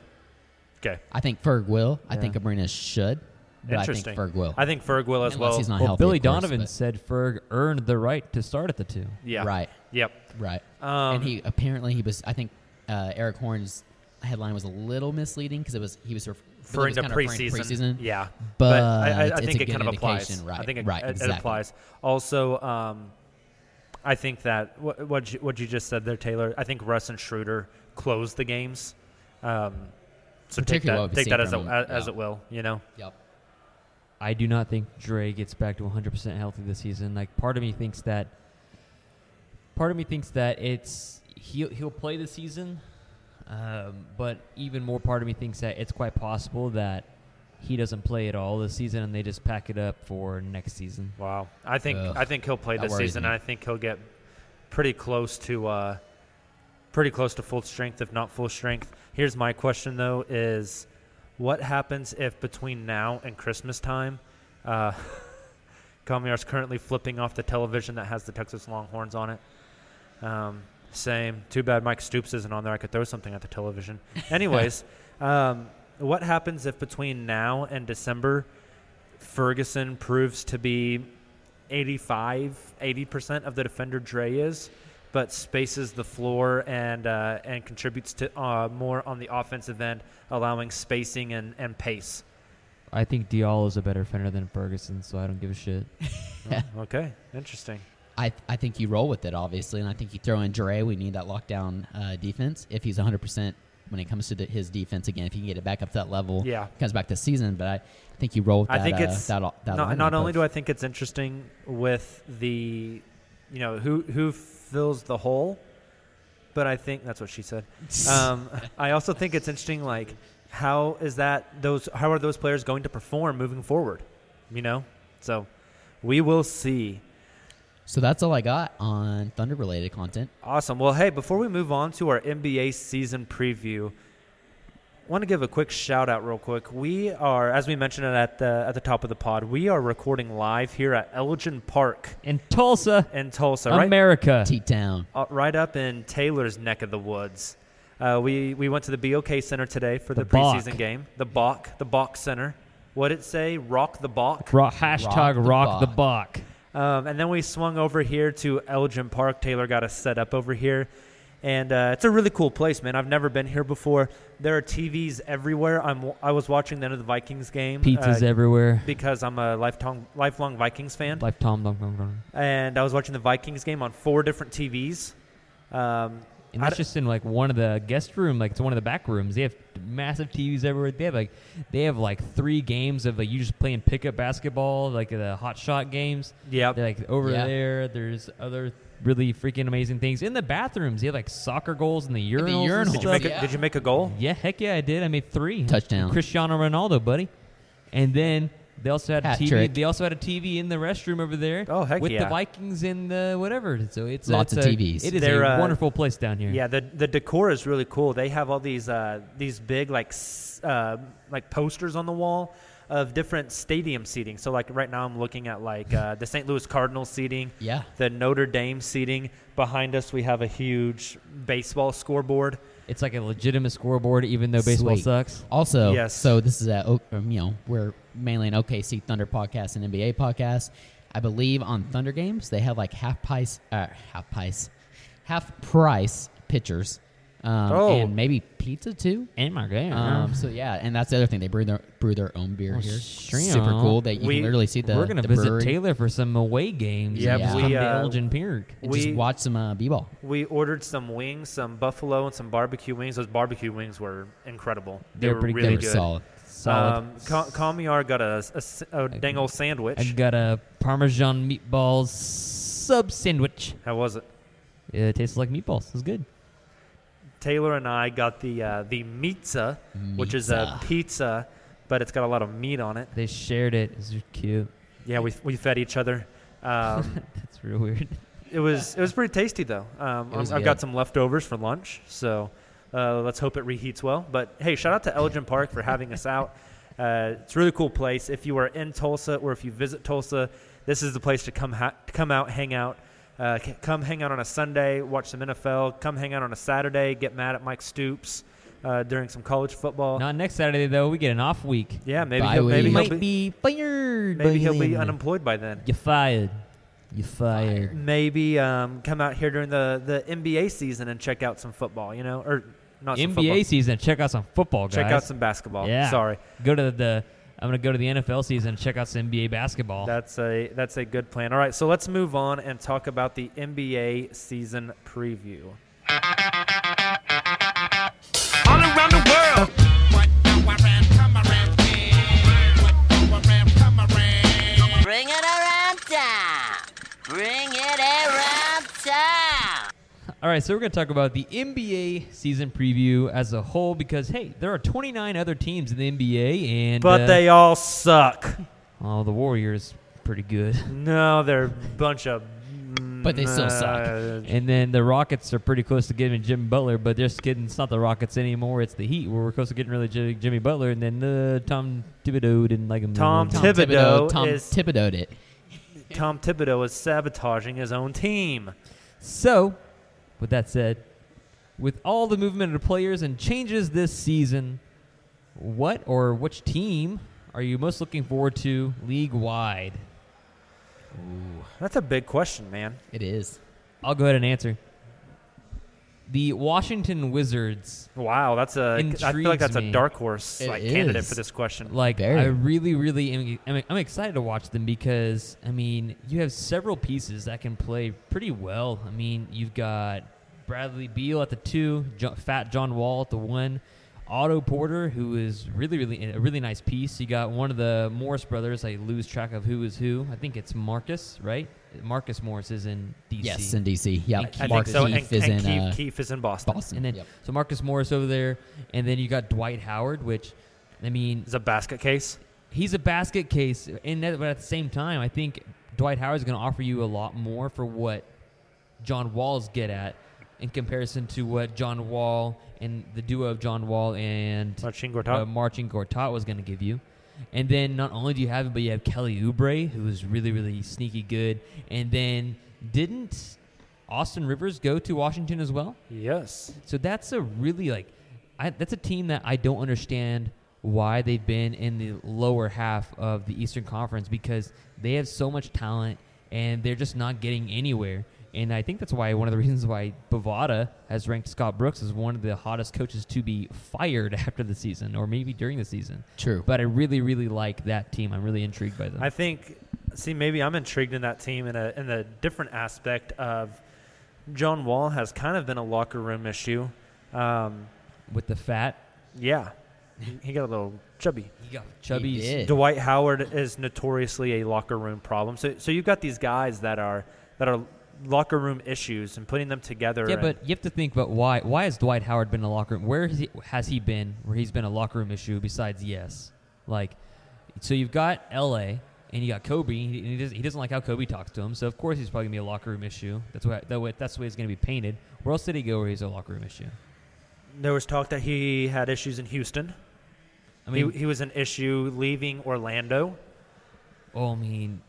S5: Okay.
S6: I think Ferg will. I
S5: Yeah.
S6: think Abrinas should. But I think
S5: Interesting.
S6: Ferg will.
S5: I think Ferg will as
S6: Unless
S5: well.
S6: he's not
S2: well,
S6: healthy,
S2: Billy
S6: of course,
S2: Donovan
S6: but-
S2: said Ferg earned the right to start at the two.
S5: Yeah.
S6: Right.
S5: Yep.
S6: Right.
S5: Um,
S6: and he apparently he was. I think uh, Eric Horn's headline was a little misleading because it was he was ref- Billy
S5: referring
S6: was
S5: to
S6: kinda referring
S5: preseason.
S6: preseason.
S5: Yeah, I,
S6: but,
S5: I, I
S6: it's
S5: think
S6: a
S5: it kind
S6: good
S5: of applies.
S6: indication, Right.
S5: I think it,
S6: right.
S5: it- it
S6: exactly.
S5: applies. Also, um, I think that what what you, what you just said there, Taylor. I think Russ and Schroeder closed the games. Um, so take
S6: Particularly what
S5: that
S6: we've
S5: take
S6: seen
S5: that as, a,
S6: from him,
S5: as
S6: yeah.
S5: it will. You know.
S6: Yep.
S2: I do not think Dre gets back to 100% healthy this season. Like part of me thinks that part of me thinks that it's he'll he'll play the season, um, but even more part of me thinks that it's quite possible that he doesn't play at all this season and they just pack it up for next season.
S5: Wow. I think I think he'll play
S2: that
S5: this
S2: worries
S5: season.
S2: me.
S5: and I think he'll get pretty close to uh, pretty close to full strength, if not full strength. Here's my question though: Is what happens if between now and Christmas time, uh, Comeyar's currently flipping off the television that has the Texas Longhorns on it? Um, same. Too bad Mike Stoops isn't on there. I could throw something at the television. Anyways, um, what happens if between now and December, Ferguson proves to be 85, 80% of the defender Dre is, but spaces the floor and uh, and contributes to uh, more on the offensive end, allowing spacing and, and pace.
S2: I think Diallo is a better fender than Ferguson, so I don't give a shit.
S5: Oh, okay, interesting.
S6: I, I think you roll with it, obviously, and I think you throw in Jare. We need that lockdown uh, defense if he's 100% when it comes to the, his defense again. If he can get it back up to that level,
S5: Yeah.
S6: comes back this season. But I think you roll with that.
S5: I think
S6: uh,
S5: it's
S6: that, o- that
S5: not,
S6: lineup
S5: not only
S6: of-
S5: do I think it's interesting with the, you know, who who fills the hole, but I think that's what she said. Um, I also think it's interesting, like how is that those how are those players going to perform moving forward? You know, so we will see.
S6: So that's all I got on Thunder related content.
S5: Awesome. Well, hey, before we move on to our NBA season preview, want to give a quick shout out real quick. We are, as we mentioned it at the at the top of the pod, we are recording live here at Elgin Park
S2: in Tulsa.
S5: In Tulsa, right?
S2: America.
S6: T Town.
S5: Uh, right up in Taylor's neck of the woods. Uh, we we went to the BOK Center today for the,
S2: The Bach.
S5: preseason game. The Bach, the Bach Center. What it say? Rock the Bach.
S2: Rock, hashtag rock, the Bach.
S5: Um, and then we swung over here to Elgin Park. Taylor got us set up over here. And uh, it's a really cool place, man. I've never been here before. There are TVs everywhere. I'm, I was watching the end of the Vikings game. uh,
S2: Pizzas everywhere.
S5: Because I'm a lifelong, lifelong Vikings fan
S2: Life Tom Dong Dong Dong.
S5: and I was watching the Vikings game on four different TVs. Um,
S2: And
S5: I
S2: that's
S5: d-
S2: just in like one of the guest room, like it's one of the back rooms. They have massive TVs everywhere. They have like they have like three games of like you just playing pickup basketball, like the hot shot games.
S5: Yeah,
S2: like over
S6: Yeah.
S2: there. There's other really freaking amazing things in the bathrooms. They have like soccer goals in the urinals. and
S5: Did you,
S2: stuff.
S5: make a, did you make a goal?
S2: Yeah, heck yeah, I did. I made three
S6: Touchdown.
S2: Cristiano Ronaldo, buddy. And then they also had
S6: Hat
S2: a TV.
S6: trick.
S2: They also had a TV in the restroom over there.
S5: Oh, heck
S2: with
S5: yeah.
S2: the Vikings and the whatever. So it's
S6: Lots
S2: it's
S6: of
S2: a-
S6: TVs.
S2: It is
S5: They're,
S2: a
S5: uh,
S2: wonderful place down here.
S5: Yeah, the the decor is really cool. They have all these uh, these big like s- uh, like posters on the wall of different stadium seating. So like right now I'm looking at like uh, the St. Louis Cardinals seating.
S6: Yeah.
S5: The Notre Dame seating. Behind us we have a huge baseball scoreboard.
S2: It's like a legitimate scoreboard, even though baseball
S6: Sweet.
S2: sucks.
S6: Also,
S5: Yes.
S6: so this is a, O- um, you know, we're mainly an OKC Thunder podcast and NBA podcast. I believe on Thunder games, they have like half price, uh, half price, half price pitchers. Um,
S5: Oh.
S6: And maybe pizza too.
S2: And my god,
S6: Um, so yeah, and that's the other thing. They brew their brew their own beer
S2: Oh,
S6: here.
S2: sure.
S6: Super cool that you
S5: We-
S6: can literally see the.
S2: we're gonna
S6: the
S2: visit
S6: brewery
S2: Taylor for some away games.
S5: Yeah,
S2: Just
S6: we,
S2: come to
S5: uh,
S2: Elgin Park.
S6: and
S5: we-
S6: just watch some uh, b-ball.
S5: We ordered some wings, some buffalo, and some barbecue wings. Those barbecue wings were incredible. They
S2: They're
S5: were
S2: pretty
S5: really
S6: They were
S2: good.
S6: solid.
S2: Solid.
S5: Um, Ka- Kamiar got a, a s- a dang old sandwich.
S2: I got a Parmesan meatballs sub sandwich.
S5: How was it?
S2: It tastes like meatballs. It's good.
S5: Taylor and I got the uh, the pizza, which is a
S6: Mitza.
S5: pizza, but it's got a lot of meat on it.
S2: They shared it. It's just cute.
S5: Yeah, we, we fed each other. Um,
S2: That's real weird.
S5: it was it was pretty tasty though. Um,
S6: It was
S5: I've
S6: good.
S5: got some leftovers for lunch, so uh, let's hope it reheats well. But hey, shout out to Elgin Park for having us out. Uh, it's a really cool place. If you are in Tulsa or if you visit Tulsa, this is the place to come ha- to come out, hang out. Uh, c- come hang out on a Sunday, watch some NFL. Come hang out on a Saturday, get mad at Mike Stoops uh, during some college football.
S2: Not next Saturday though. We get an off week.
S5: yeah, maybe
S6: Bye
S5: he'll, maybe
S2: You
S6: week.
S5: he'll
S2: might
S5: be,
S2: be fired.
S5: maybe he'll be
S2: Biden.
S5: unemployed by then.
S2: You're fired. You're fired.
S5: maybe um, come out here during the, the NBA season and check out some football, you know, or not some
S2: NBA
S5: football.
S2: season. Check out some football, guys.
S5: Check out some basketball.
S2: Yeah.
S5: Sorry,
S2: Go to the. I'm gonna go to the NFL season and check out some NBA basketball.
S5: that's a that's a good plan. All right, so let's move on and talk about the NBA season preview.
S11: all around the world. Bring it around town. Bring it around town.
S2: All right, so we're going to talk about the NBA season preview as a whole because hey, there are 29 other teams in the NBA, and
S5: But
S2: uh,
S5: they all suck.
S2: oh, the Warriors pretty good,
S5: Mm. No, they're a bunch of.
S6: But they still suck.
S5: uh,
S2: and then the Rockets are pretty close to getting Jimmy Butler, but they're just kidding. It's not the Rockets anymore; it's the Heat where we're close to getting really Jimmy, Jimmy Butler, and then uh, Tom Thibodeau didn't like him.
S5: Tom
S2: anymore.
S5: Thibodeau
S6: Tom
S5: is-
S6: Thibodeau'd it.
S5: Tom Thibodeau is sabotaging his own team.
S2: So, with that said, with all the movement of the players and changes this season, what or which team are you most looking forward to league wide?
S5: That's a big question, man.
S6: It is.
S2: I'll go ahead and answer.
S6: The Washington Wizards.
S5: Wow, that's a. I feel like that's a dark horse
S6: It
S5: like, candidate
S6: is.
S5: for this question.
S6: Like
S5: Very.
S6: I really, really am, am- I'm excited to watch them because I mean you have several pieces that can play pretty well. I mean you've got Bradley Beal at the two, jo- Fat John Wall at the one, Otto Porter who is really, really a really nice piece. You got one of the Morris brothers. I lose track of who is who. I think it's Marcus, right? Marcus Morris is in DC.
S2: Yes, in DC, yeah.
S6: And
S2: I think so, and- Keefe is and in, Keefe- uh, Keefe
S5: is in Boston.
S2: Boston,
S6: And then so Marcus Morris over there, and then you got Dwight Howard, which I mean,
S5: is a basket case.
S6: He's a basket case, and that, but at the same time, I think Dwight Howard is going to offer you a lot more for what John Wall's get at in comparison to what John Wall and the duo of John Wall and
S5: Marcin Gortat,
S6: uh, Marcin Gortat was going to give you. And then not only do you have it, but you have Kelly Oubre, who is really, really sneaky good. And then didn't Austin Rivers go to Washington as well?
S5: Yes.
S6: So that's a really like, I, that's a team that I don't understand why they've been in the lower half of the Eastern Conference because they have so much talent and they're just not getting anywhere. And I think that's why one of the reasons why Bovada has ranked Scott Brooks as one of the hottest coaches to be fired after the season or maybe during the season.
S2: True.
S6: But I really, really like that team. I'm really intrigued by them.
S5: I think. See, maybe I'm intrigued in that team in a in a different aspect of John Wall has kind of been a locker room issue. Um,
S6: With the fat.
S5: Yeah, He- he got a little chubby.
S6: He got chubby. He did.
S5: Dwight Howard is notoriously a locker room problem. So so you've got these guys that are that are locker room issues and putting them together.
S6: Yeah,
S5: and-
S6: but you have to think about why. Why has Dwight Howard been in a locker room? Where has he, has he been? Where he's been a locker room issue? Besides, yes, like so you've got L.A. and you got Kobe. And he doesn't, he doesn't like how Kobe talks to him, so of course he's probably gonna be a locker room issue. That's what that way, that's the way it's gonna be painted. Where else did he go where he's a locker room issue?
S5: There was talk that he had issues in Houston.
S6: I mean-
S5: he, he was an issue leaving Orlando.
S6: Oh, I mean,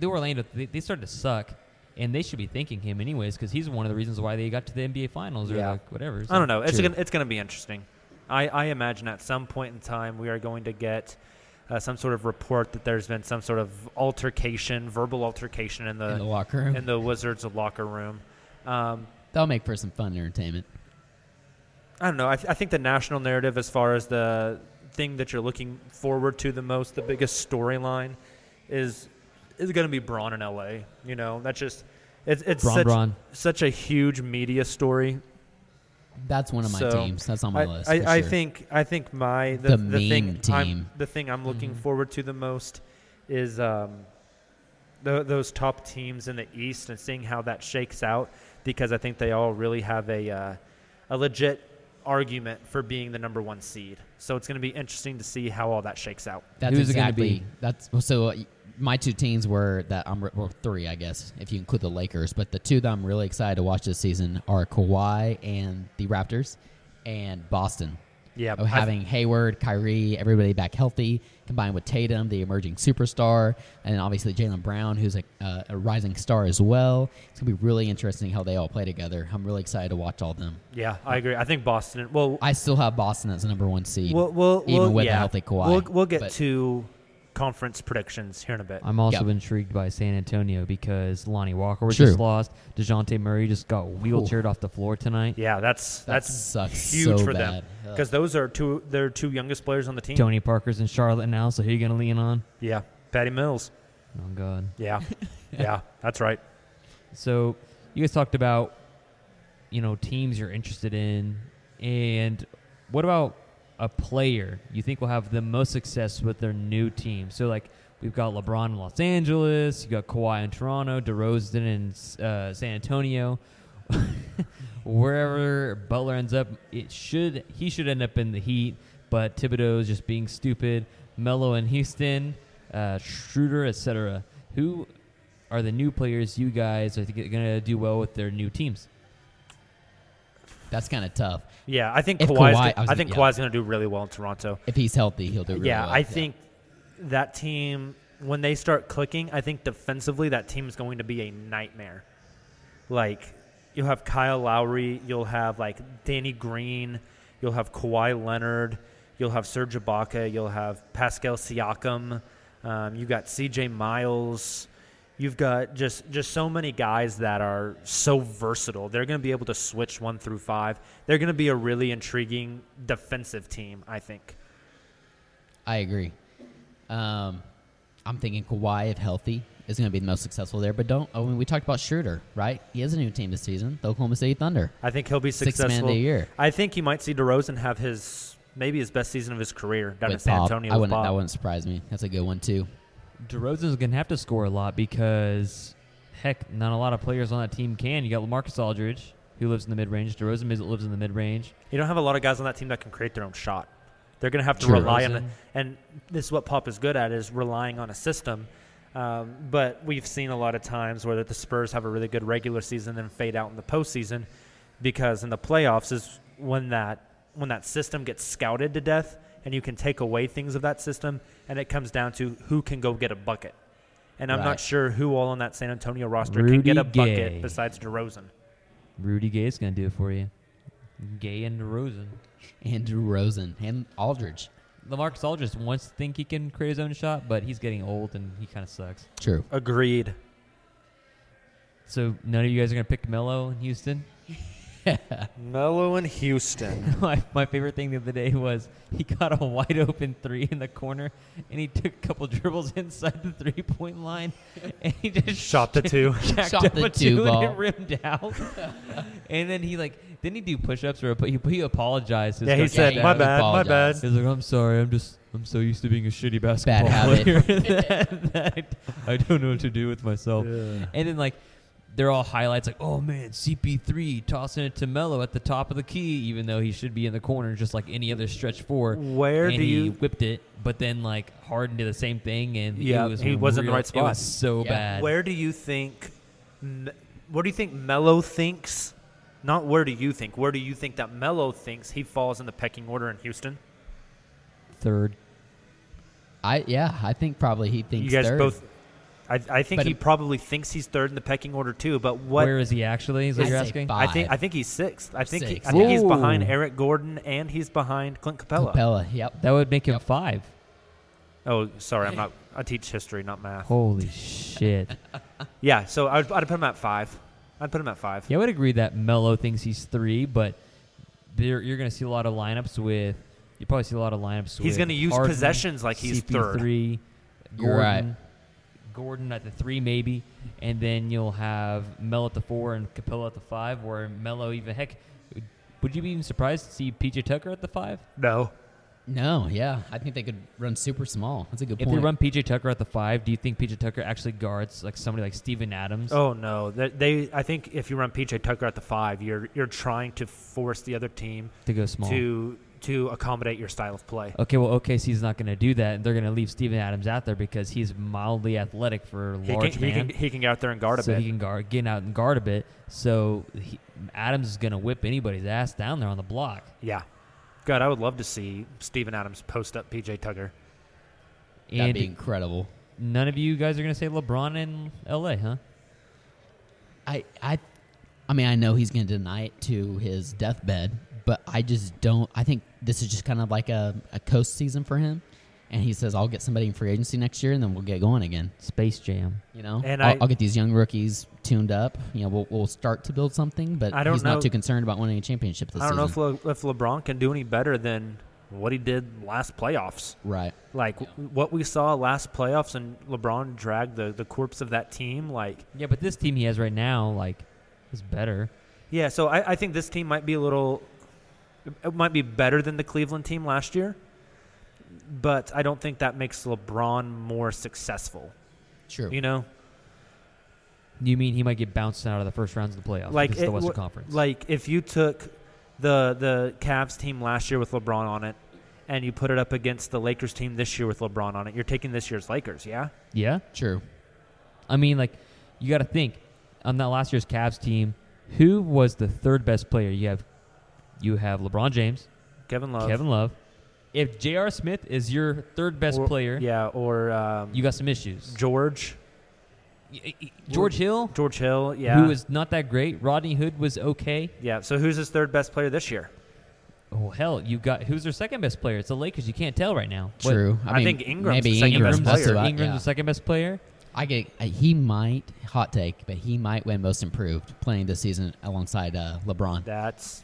S6: the Orlando they, they started to suck, and they should be thanking him anyways because he's one of the reasons why they got to the NBA Finals or like whatever.
S5: I don't know. It's
S6: True.
S5: gonna, it's going to be interesting. I, I imagine at some point in time we are going to get uh, some sort of report that there's been some sort of altercation, verbal altercation in the,
S2: In the locker room.
S5: in the Wizards' locker room. Um,
S2: That'll make for some fun entertainment.
S5: I don't know. I, th- I think the national narrative, as far as the thing that you're looking forward to the most, the biggest storyline, is is going to be Braun in LA. You know, that's just it's it's
S2: Bron
S5: such,
S2: Bron.
S5: such a huge media story.
S2: That's one of my
S5: So,
S2: teams. That's on my
S5: I,
S2: list.
S5: I,
S2: for
S5: I
S2: sure.
S5: think I think my
S2: The
S5: the, the, thing
S2: meme team.
S5: I'm, the thing I'm looking forward to the most is um, tho- those top teams in the East and seeing how that shakes out because I think they all really have a uh, a legit argument for being the number one seed. So it's going to be interesting to see how all that shakes out.
S2: That's
S6: Who's it gonna
S2: exactly.
S6: be?
S2: That's well, so. Uh, my two teams were that I'm re- well, three, I guess, if you include the Lakers. But the two that I'm really excited to watch this season are Kawhi and the Raptors, and Boston.
S5: Yeah,
S2: of
S5: I-
S2: having Hayward, Kyrie, everybody back healthy, combined with Tatum, the emerging superstar, and then obviously Jalen Brown, who's a, uh, a rising star as well. It's gonna be really interesting how they all play together. I'm really excited to watch all of them.
S5: Yeah, I agree. I think Boston. Well,
S2: I still have Boston as the number one seed.
S5: we'll, we'll,
S2: even
S5: we'll-
S2: with
S5: yeah.
S2: a healthy Kawhi.
S5: We'll, we'll get
S2: But-
S5: to conference predictions here in a bit.
S6: I'm also intrigued by San Antonio because Lonnie Walker was
S2: True.
S6: just lost. Dejounte Murray just got wheelchaired off the floor tonight.
S5: Yeah, that's
S2: That
S5: that's
S2: sucks
S5: huge
S2: so
S5: for
S2: bad.
S5: them
S2: Ugh.
S5: because those are two their two youngest players on the team.
S6: Tony Parker's in Charlotte now, so who are you going to lean on?
S5: Yeah, Patty Mills.
S6: Oh God.
S5: Yeah, yeah, that's right.
S6: So you guys talked about you know teams you're interested in, and what about a player you think will have the most success with their new team? So like we've got LeBron in Los Angeles, you got Kawhi in Toronto, DeRozan in uh, San Antonio. Wherever Butler ends up, it should he should end up in the Heat, but Thibodeau's just being stupid. Melo in Houston, uh, Schroeder, etc. Who are the new players you guys are going to do well with their new teams?
S2: That's kind of tough.
S5: Yeah, I think
S2: If Kawhi-
S5: Kawhi's. Kawhi,
S2: I was
S5: I, think
S2: gonna- yeah.
S5: Kawhi's going to do really well in Toronto.
S2: If he's healthy, he'll do really
S5: yeah,
S2: well,
S5: I
S2: yeah.
S5: think that team when they start clicking, I think defensively that team is going to be a nightmare. Like you'll have Kyle Lowry, you'll have like Danny Green, you'll have Kawhi Leonard, you'll have Serge Ibaka, you'll have Pascal Siakam, um, you got C.J. Miles, You've got just just so many guys that are so versatile. They're going to be able to switch one through five. They're going to be a really intriguing defensive team, I think.
S2: I agree. Um, I'm thinking Kawhi, if healthy, is going to be the most successful there. But don't. I mean, we talked about Schroeder, right? He has a new team this season, the Oklahoma City Thunder.
S5: I think he'll be
S2: Sixth
S5: successful.
S2: man of the year.
S5: I think you might see DeRozan have his maybe his best season of his career down in
S2: With
S5: San
S2: Bob.
S5: Antonio.
S2: I
S5: with
S2: wouldn't.
S5: Bob.
S2: That wouldn't surprise me. That's a good one too.
S6: DeRozan's gonna have to score a lot because, heck, not a lot of players on that team can. You got Lamarcus Aldridge, who lives in the mid range. DeRozan is- lives in the mid range.
S5: You don't have a lot of guys on that team that can create their own shot. They're going to have to
S6: True.
S5: rely on,
S6: DeRozan.
S5: and this is what Pop is good at is relying on a system. Um, but we've seen a lot of times where the Spurs have a really good regular season, then fade out in the postseason, because in the playoffs is when that when that system gets scouted to death, and you can take away things of that system, and it comes down to who can go get a bucket. And I'm
S6: Right.
S5: not sure who all on that San Antonio roster can
S6: Rudy
S5: get a
S6: Gay.
S5: bucket besides DeRozan.
S6: Rudy Gay's gonna do it for you. Gay and DeRozan.
S2: And DeRozan and Aldridge.
S6: Lamarcus Aldridge wants to think he can create his own shot, but he's getting old and he kind of sucks.
S2: True.
S5: Agreed.
S6: So none of you guys are gonna pick Melo in Houston.
S5: Melo in Houston.
S6: my, my favorite thing the other day was he got a wide open three in the corner, and he took a couple dribbles inside the three point line, and he just
S5: Shot the two.
S6: jacked
S5: Shot
S6: up
S5: the
S6: a
S5: two
S6: two and
S5: ball.
S6: it rimmed out. and then he like didn't he do push ups or a, he, he apologized? to his
S5: Yeah, he
S6: coach
S5: said,
S6: after
S5: "My
S6: that.
S5: bad, my Apologized. bad."
S6: He's like, I'm sorry, I'm just I'm so used to being a shitty basketball
S2: habit.
S6: player that, that I don't know what to do with myself. And then like they're all highlights like, oh man, CP3 tossing it to Melo at the top of the key, even though he should be in the corner just like any other stretch four.
S5: Where
S6: and
S5: do
S6: he
S5: you-
S6: whipped it? But then like Harden did the same thing, and
S5: Yeah,
S6: it was
S5: he wasn't in the
S6: real-
S5: right spot.
S6: It was so bad.
S5: Where do you think? M- What do you think Mello thinks? Not where do you think? Where do you think that Mello thinks he falls in the pecking order in Houston?
S6: Third.
S2: I yeah. I think probably he thinks
S5: you guys
S2: third.
S5: both. I, I think
S2: But
S5: he
S2: im-
S5: probably thinks he's third in the pecking order too. But what?
S6: Where is he actually? Is what
S5: I
S6: you're
S5: say
S6: asking?
S5: I think I think he's sixth. I think he,
S6: Six,
S5: I think he's
S6: yeah.
S5: behind
S6: Ooh.
S5: Eric Gordon and he's behind Clint Capella.
S2: Capella. Yep.
S6: that would make him five.
S5: Oh, sorry, I'm not. I teach history, not math.
S6: Holy shit!
S5: Yeah, so I'd, I'd put him at five. I'd put him at five.
S6: Yeah, I would agree that Melo thinks he's three, but there, you're going to see a lot of lineups with. You probably see a lot of lineups.
S5: He's
S6: going
S5: gonna
S6: to
S5: use possessions like he's
S6: CP3,
S2: You're
S6: Gordon,
S2: right.
S6: Gordon at the three maybe, and then you'll have Melo at the four and Capella at the five. Where Melo even heck, would you be even surprised to see PJ Tucker at the five?
S5: No.
S2: No. Yeah. I think they could run super small. That's a good
S6: If
S2: point.
S6: they run PJ Tucker at the five, do you think PJ Tucker actually guards like somebody like Steven Adams?
S5: Oh no, they, they. I think if you run PJ Tucker at the five, you're you're trying to force the other team
S6: To go small.
S5: to to accommodate your style of play.
S6: Okay, well, OKC's not going to do that, and they're going to leave Steven Adams out there because he's mildly athletic for a
S5: He
S6: large
S5: can- he
S6: man.
S5: can- he can go out there and guard a
S6: so
S5: bit.
S6: he can guard, get out and guard a bit. So he, Adams is going to whip anybody's ass down there on the block.
S5: Yeah, God, I would love to see Steven Adams post up PJ Tucker.
S2: That'd
S6: and
S2: be incredible.
S6: None of you guys are going to say LeBron in LA, huh?
S2: I I I mean I know he's going to deny it to his deathbed, but I just don't I think this is just kind of like a, a coast season for him and he says I'll get somebody in free agency next year and then we'll get going again.
S6: Space Jam.
S2: You know?
S5: And
S2: I'll,
S5: I-
S2: will get these young rookies tuned up. You know, we'll, we'll start to build something, but
S5: I don't
S2: he's
S5: know-
S2: not too concerned about winning a championship this
S5: I don't
S2: season.
S5: know if, Le, if LeBron can do any better than what he did last playoffs.
S2: Right.
S5: Like w- what we saw last playoffs, and LeBron dragged the the corpse of that team. Like
S6: Yeah, but this team he has right now, like, is better.
S5: Yeah, so I, I think this team might be a little, it might be better than the Cleveland team last year, but I don't think that makes LeBron more successful.
S2: True.
S5: You know,
S6: You mean he might get bounced out of the first rounds of the playoffs
S5: like
S6: because of
S5: it
S6: the Western
S5: wa-
S6: Conference?
S5: Like if you took the the Cavs team last year with LeBron on it, and you put it up against the Lakers team this year with LeBron on it, you're taking this year's Lakers, yeah.
S6: Yeah.
S2: True.
S6: I mean, like, you got to think on that last year's Cavs team, who was the third best player? You have, you have LeBron James,
S5: Kevin Love.
S6: Kevin Love. If J.R. Smith is your third best
S5: Or-
S6: player,
S5: yeah, or um,
S6: you got some issues.
S5: George,
S6: George Hill,
S5: George Hill, yeah,
S6: who is not that great. Rodney Hood was okay.
S5: yeah. So who's his third best player this year?
S6: Oh hell, you got who's their second best player? It's the Lakers. You can't tell right now.
S2: True. I I mean, think Ingram's maybe the second Ingram's best also player. out,
S6: Ingram's
S2: yeah.
S6: the second best player.
S2: I get uh, he might hot take, but he might win most improved playing this season alongside uh, LeBron.
S5: That's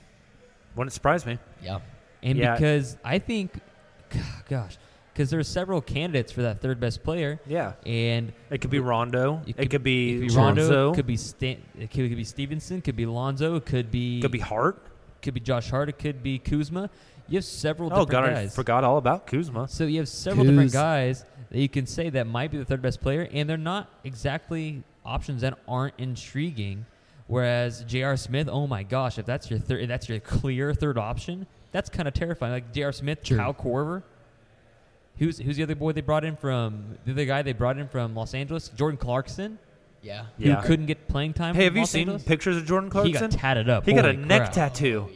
S5: wouldn't surprise me.
S2: Yeah,
S6: and
S5: Yeah.
S6: because I think, gosh, because there are several candidates for that third best player.
S5: Yeah.
S6: and
S5: It could be Rondo. It could, be,
S6: it could be Rondo.
S5: Lonzo.
S6: It could be Stan, it could, it could be Stevenson. Could be Lonzo. It could be
S5: Could be Hart.
S6: Could be Josh Hart. It could be Kuzma. You have several
S5: oh
S6: different
S5: God, I
S6: guys.
S5: forgot all about Kuzma.
S6: So you have several different
S5: Kuz.
S6: guys that you can say that might be the third best player, and they're not exactly options that aren't intriguing. Whereas J.R. Smith, oh my gosh, if that's your third, that's your clear third option, that's kind of terrifying. Like J.R. Smith, Kyle Corver. Who's who's the other boy they brought in from the other guy they brought in from Los Angeles? Jordan Clarkson.
S2: Yeah.
S6: Who
S5: Yeah.
S6: couldn't get playing time?
S5: Hey,
S6: from
S5: have you
S6: Los
S5: seen
S6: Angeles?
S5: pictures of Jordan
S6: He got
S5: Clarkson?
S6: tatted up.
S5: He got a
S6: Holy
S5: neck
S6: crap.
S5: tattoo.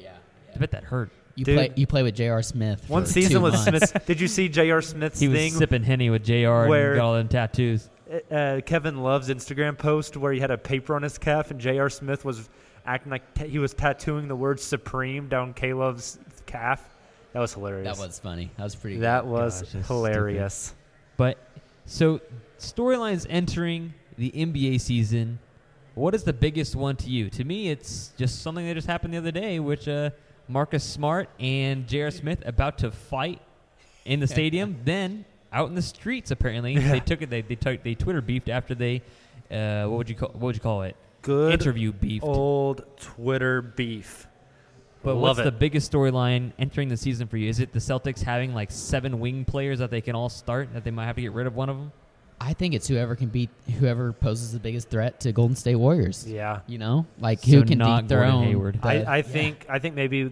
S6: I bet that hurt.
S2: You
S5: Dude.
S2: play you play with J.R. Smith.
S5: One
S2: for
S5: season
S2: two
S5: with
S2: months.
S5: Smith. Did you see J.R. Smith's
S6: He was
S5: thing?
S6: sipping henny with J.R.
S5: where-
S6: and got all them tattoos.
S5: uh, Kevin Love's Instagram post where he had a paper on his calf and J.R. Smith was acting like t- he was tattooing the word Supreme down K Love's calf. That was hilarious.
S2: That was funny. That was pretty.
S5: That
S2: good.
S5: was
S6: Gosh, that's
S5: hilarious.
S6: stupid. But so storylines entering the NBA season. What is the biggest one to you? To me, it's just something that just happened the other day, which uh, Marcus Smart and J.R. Smith about to fight in the stadium, then out in the streets. Apparently, they took it. They they, took, they Twitter beefed after they. Uh, what would you call? What would you call it?
S5: Good
S6: interview beefed.
S5: Old Twitter beef.
S6: But
S5: Love
S6: what's
S5: it.
S6: the biggest storyline entering the season for you? Is it the Celtics having like seven wing players that they can all start that they might have to get rid of one of them?
S2: I think it's whoever can beat whoever poses the biggest threat to Golden State Warriors.
S5: Yeah.
S2: you know, like
S6: So
S2: who can
S6: not
S2: beat their
S6: Gordon
S2: own.
S6: Hayward.
S2: the-
S5: I, I think I think maybe the,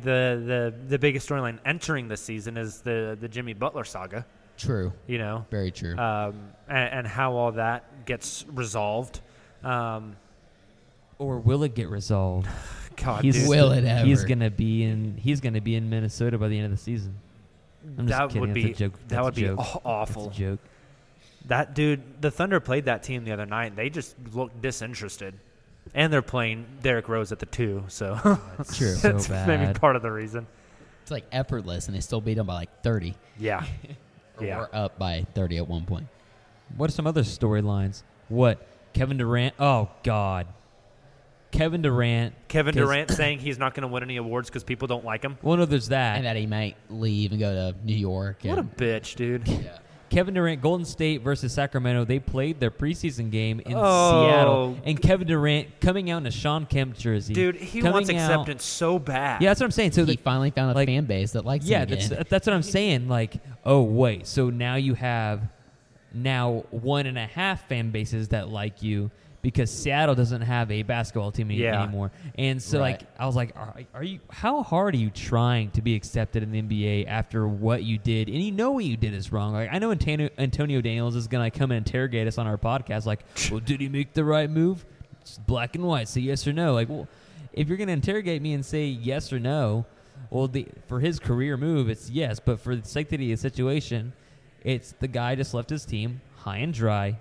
S5: the, the biggest storyline entering this season is the, the Jimmy Butler saga.
S2: True.
S5: You know,
S2: Very true.
S5: Um, and, and how all that gets resolved. Um,
S6: or will it get resolved?
S5: God,
S6: he's,
S5: dude.
S2: Will it ever?
S6: He's gonna be in. He's gonna be in Minnesota by the end of the season. I'm just
S5: that
S6: kidding.
S5: would
S6: That's
S5: be
S6: a joke.
S5: that
S6: That's a
S5: would be
S6: joke.
S5: aw- awful.
S6: That's a joke.
S5: That dude, the Thunder played that team the other night. They just looked disinterested, and they're playing Derrick Rose at the two. So
S2: That's True. so
S5: that's maybe
S2: bad.
S5: part of the reason.
S2: It's like effortless, and they still beat them by like thirty.
S5: Yeah.
S2: Or
S5: Yeah.
S2: We're up by thirty at one point.
S6: What are some other storylines? What Kevin Durant? Oh God, Kevin Durant.
S5: Kevin
S6: 'cause-
S5: Durant saying he's not going to win any awards because people don't like him.
S6: Well, no, there's that.
S2: and that he might leave and go to New York.
S5: What a
S2: And
S5: bitch, dude.
S6: Kevin Durant, Golden State versus Sacramento. They played their preseason game in
S5: Oh.
S6: Seattle, and Kevin Durant coming out in a Sean Kemp jersey.
S5: Dude, he
S6: coming
S5: wants
S6: out-
S5: acceptance so bad.
S6: Yeah, that's what I'm saying. So
S2: he
S6: the,
S2: finally found a fan base that likes
S6: yeah,
S2: him again.
S6: that's that's what I'm saying. Like, oh wait, so now you have now one and a half fan bases that like you because Seattle doesn't have a basketball team any-
S5: Yeah.
S6: anymore. And so
S2: Right.
S6: like I was like, are, are you how hard are you trying to be accepted in the NBA after what you did? And you know what you did is wrong. Like I know Antonio, Antonio Daniels is gonna come and interrogate us on our podcast. Like, well, did he make the right move? It's black and white. Say yes or no. Like, well, if you're gonna interrogate me and say yes or no, well, the, for his career move, it's yes. But for the sanctity of the situation, it's the guy just left his team high and dry,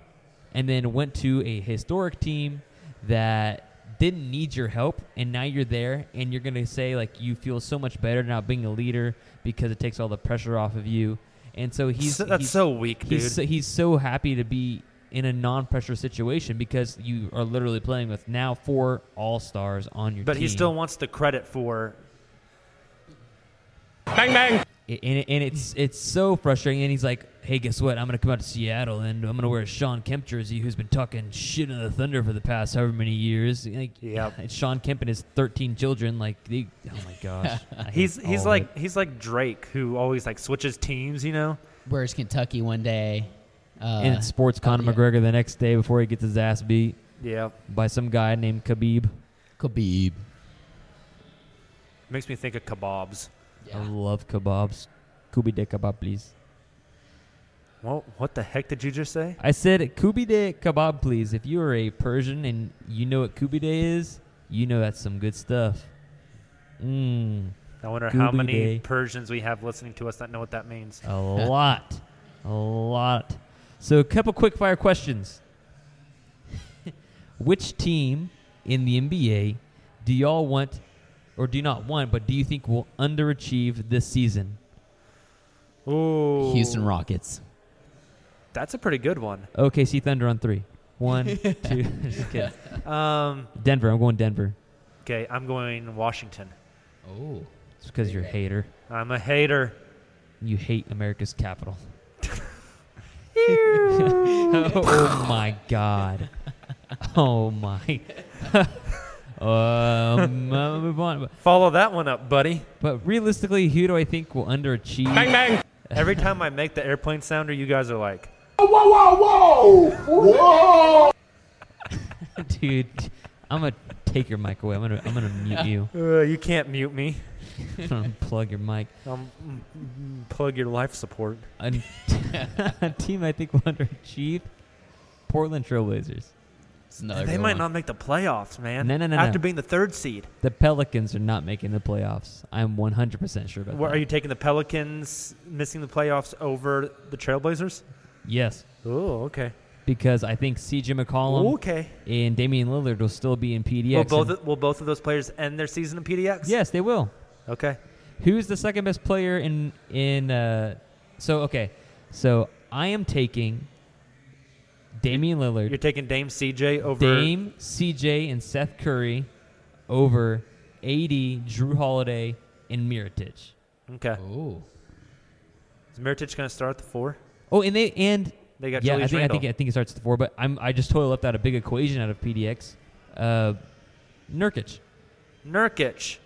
S6: and then went to a historic team that didn't need your help, and now you're there, and you're gonna say like you feel so much better now being a leader because it takes all the pressure off of you, and so he's
S5: So- that's
S6: he's-
S5: so weak, dude.
S6: He's so, he's so happy to be in a non-pressure situation because you are literally playing with now four all stars on your
S5: But
S6: team.
S5: he still wants the credit for
S12: Bang bang.
S6: It- and, it- and it's it's so frustrating. And he's like, "Hey, guess what? I'm gonna come out to Seattle and I'm gonna wear a Sean Kemp jersey, who's been talking shit on the Thunder for the past however many years." Like, yeah, it's Sean Kemp and his 13 children. Like, they, oh my gosh, I hate
S5: he's
S6: all
S5: he's
S6: of
S5: like
S6: it.
S5: he's like Drake who always like switches teams. You know.
S2: Where's Kentucky one day? Uh,
S6: and it's sports Conor McGregor the next day before he gets his ass beat
S5: Yeah.
S6: by some guy named Khabib.
S2: Khabib.
S5: Makes me think of kebabs.
S6: I love kebabs. Kubi de kebab, please.
S5: Well, what the heck did you just say?
S6: I said kubi de kebab, please. If you are a Persian and you know what kubi de is, you know that's some good stuff. Mmm.
S5: I wonder how
S6: Gooby
S5: many
S6: day.
S5: Persians we have listening to us that know what that means.
S6: A lot. a lot. So, a couple quick fire questions. Which team in the NBA do y'all want, or do you not want, but do you think will underachieve this season?
S5: Ooh,
S2: Houston Rockets.
S5: That's a pretty good one.
S6: OKC Thunder on three. One, two. just kidding.
S5: Um,
S6: Denver. I'm going Denver.
S5: Okay, I'm going Washington.
S2: Oh.
S6: It's because you're a hater.
S5: I'm a hater.
S6: You hate America's capital. oh my god. Oh my. um, uh, move on.
S5: Follow that one up, buddy.
S6: But realistically, who do I think will underachieve?
S5: Bang bang. Every time I make the airplane sounder, you guys are like,
S13: Whoa, whoa, whoa! Whoa!
S6: Dude, I'm gonna take your mic away. I'm gonna I'm gonna mute you.
S5: uh, "You can't mute me."
S6: I'm gonna plug your mic.
S5: Um, mm, mm, plug your life support.
S6: A, a team I think will underachieve. Portland Trailblazers.
S2: It's another
S5: they
S2: good
S5: might
S2: one.
S5: not make the playoffs, man.
S6: No, no, no,
S5: After
S6: no.
S5: being the third seed,
S6: The Pelicans are not making the playoffs. I'm 100% sure about
S5: where
S6: that.
S5: are you taking the Pelicans missing the playoffs over the Trailblazers?
S6: Yes,
S5: Oh, okay.
S6: because I think CJ McCollum
S5: Okay.
S6: and Damian Lillard will still be Um, in PDX.
S5: Will
S6: and-
S5: both will both of those players end their season in PDX?
S6: yes, they will.
S5: Okay.
S6: Who's the second best player in in uh so okay. So I am taking Damian Lillard,
S5: You're taking Dame CJ over
S6: Dame, CJ and Seth Curry over AD, Drew Holiday and Miritich.
S5: Okay.
S2: Oh.
S5: Is Miritich going to start at the four?
S6: Oh, and they and
S5: They got
S6: yeah, I
S5: Julius
S6: think, I think
S5: Randle.
S6: I think it starts at the four, but I'm I just totally left out a big equation out of PDX. Uh, Nurkic,
S5: Nurkic.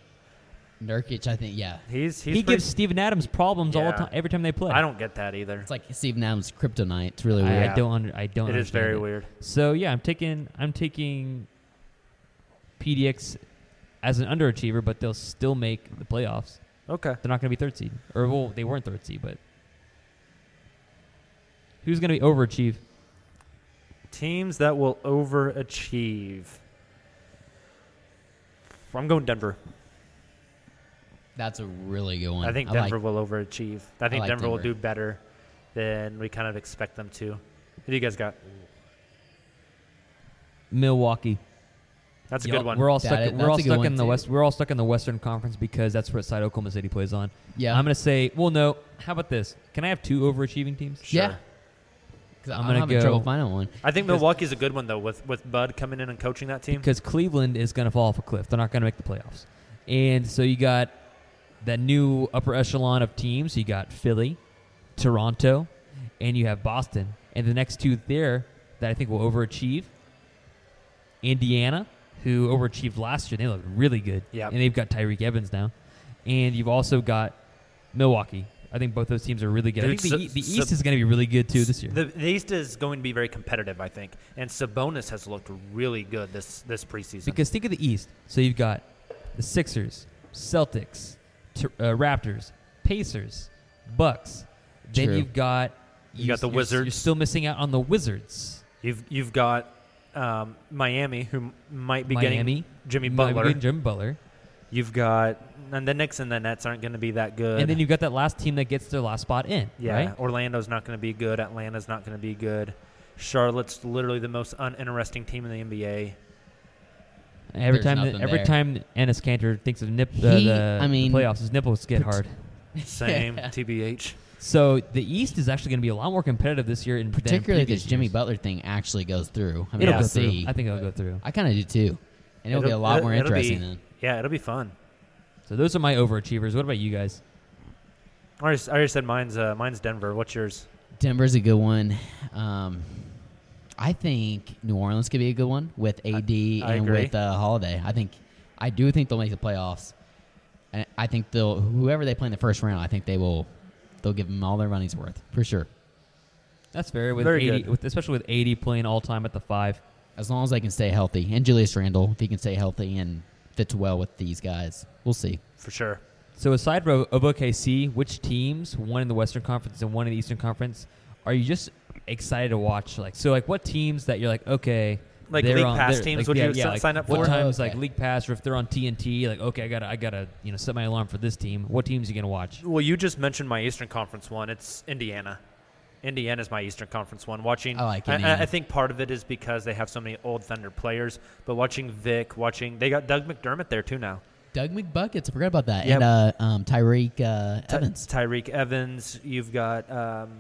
S2: Nurkic, I think, yeah.
S5: He's, he's
S6: he
S5: pretty-
S6: gives Steven Adams problems all the
S5: Yeah.
S6: time every time they play.
S5: I don't get that either.
S2: It's like Steven Adams' kryptonite. It's really
S6: I,
S2: weird.
S6: I don't under, I don't.
S5: It is
S6: understand
S5: very weird.
S6: So yeah, I'm taking I'm taking PDX as an underachiever, but they'll still make the playoffs.
S5: Okay.
S6: They're not going to be third seed, or well, they weren't third seed, but who's going to be overachieve?
S5: Teams that will overachieve. I'm going Denver.
S2: That's a really good one.
S5: I think
S2: like-
S5: Denver will overachieve. I think
S2: like
S5: Denver, will
S2: Denver.
S5: do better than we kind of expect them to. Who do you guys got?
S6: Milwaukee.
S5: That's a
S2: Yup,
S5: good one.
S6: We're all
S2: That
S6: stuck.
S2: is-
S6: we're
S2: that's
S6: all
S2: a good
S6: stuck
S2: one,
S6: in the
S2: too.
S6: west. We're all stuck in the Western Conference because that's what side Oklahoma City plays on.
S2: Yeah.
S6: I'm going to say. Well, no. How about this? Can I have two overachieving teams?
S2: Yeah.
S5: Sure.
S2: 'Cause I'm,
S6: gonna
S2: having trouble
S6: go-
S2: finding one.
S5: I think
S6: Because-
S5: Milwaukee's a good one though, with with Bud coming in and coaching that team.
S6: because Cleveland is going to fall off a cliff. They're not going to make the playoffs. And so you got that new upper echelon of teams. You got Philly, Toronto, and you have Boston. And the next two there that I think will overachieve Indiana, who overachieved last year. They looked really good.
S5: Yep.
S6: And they've got Tyreek Evans now. And you've also got Milwaukee. I think both those teams are really good. I
S5: Dude,
S6: think the,
S5: so-
S6: E- the
S5: so-
S6: East is going to be really good too this year.
S5: The, the East is going to be very competitive, I think, and Sabonis has looked really good this this preseason.
S6: Because think of the East. So you've got the Sixers, Celtics, t- uh, Raptors, Pacers, Bucks. Then
S2: True.
S6: you've got
S5: You got the
S6: you're s- You're
S5: Wizards.
S6: still missing out on the Wizards.
S5: you've you've got um, Miami, who m- might be
S6: Miami,
S5: getting Jimmy
S6: Might be
S5: Butler.
S6: getting Jimmy Butler,
S5: You've got and the Knicks and the Nets aren't going to be that good.
S6: and then you've got that last team that gets their last spot in.
S5: yeah,
S6: right?
S5: Orlando's not going to be good. Atlanta's not going to be good. Charlotte's literally the most uninteresting team in the NBA.
S6: Every
S2: There's
S6: time, that,
S2: nothing
S6: every
S2: there.
S6: time Ennis Cantor thinks of nip, uh,
S2: He-
S6: the,
S2: I
S6: the
S2: mean,
S6: playoffs, his nipples get hard.
S5: Same, tbh.
S6: So the East is actually going to be a lot more competitive this year, in than
S2: Particularly if
S6: previous
S2: this Jimmy
S6: years.
S2: Butler thing actually goes through. I mean,
S6: It'll
S2: we'll
S6: go through.
S2: see.
S6: I think it'll go through.
S2: I kind of do too. And it'll, be a lot
S5: it'll-
S2: more
S5: it'll be-
S2: interesting then.
S5: Yeah, it'll be fun.
S6: So those are my overachievers. What about you guys?
S5: I already, I already said mine's uh, mine's Denver. What's yours?
S2: Denver's a good one. Um, I think New Orleans could be a good one with AD
S5: I
S2: and
S5: agree.
S2: with uh, Holiday. I think I do think they'll make the playoffs. And I think they'll whoever they play in the first round. I think they will. They'll give them all their money's worth for sure.
S6: That's fair. With
S5: Very
S6: 80,
S5: good.
S6: with especially with 80 playing all time at the five.
S2: As long as they can stay healthy, and Julius Randle, if he can stay healthy and fits well with these guys, we'll see.
S5: For sure.
S6: So aside of, of OKC, which teams, one in the Western Conference and one in the Eastern Conference, are you just excited to watch? Like, so like what teams that you're like, okay,
S5: Like
S6: they're
S5: league
S6: on-
S5: pass
S6: they're-
S5: teams,
S6: like,
S5: would
S6: yeah,
S5: you
S6: yeah,
S5: s-
S6: like,
S5: sign up
S6: What
S5: for?
S6: times
S2: Okay.
S6: like league pass or if they're on TNT? Like, okay, I gotta, I gotta, you know, set my alarm for this team. What teams you gonna watch?
S5: Well, you just mentioned my Eastern Conference one. It's Indiana. Indiana's my Eastern Conference one. Watching,
S2: I like
S5: I,
S2: Indiana.
S5: I think part of it is because they have so many old Thunder players. But watching Vic, watching they got Doug McDermott there too now.
S2: Doug McBuckets, I forgot about that,
S5: Yeah.
S2: and uh, um, Tyreek uh,
S5: Ty-
S2: Evans.
S5: Tyreek Evans. You've got um,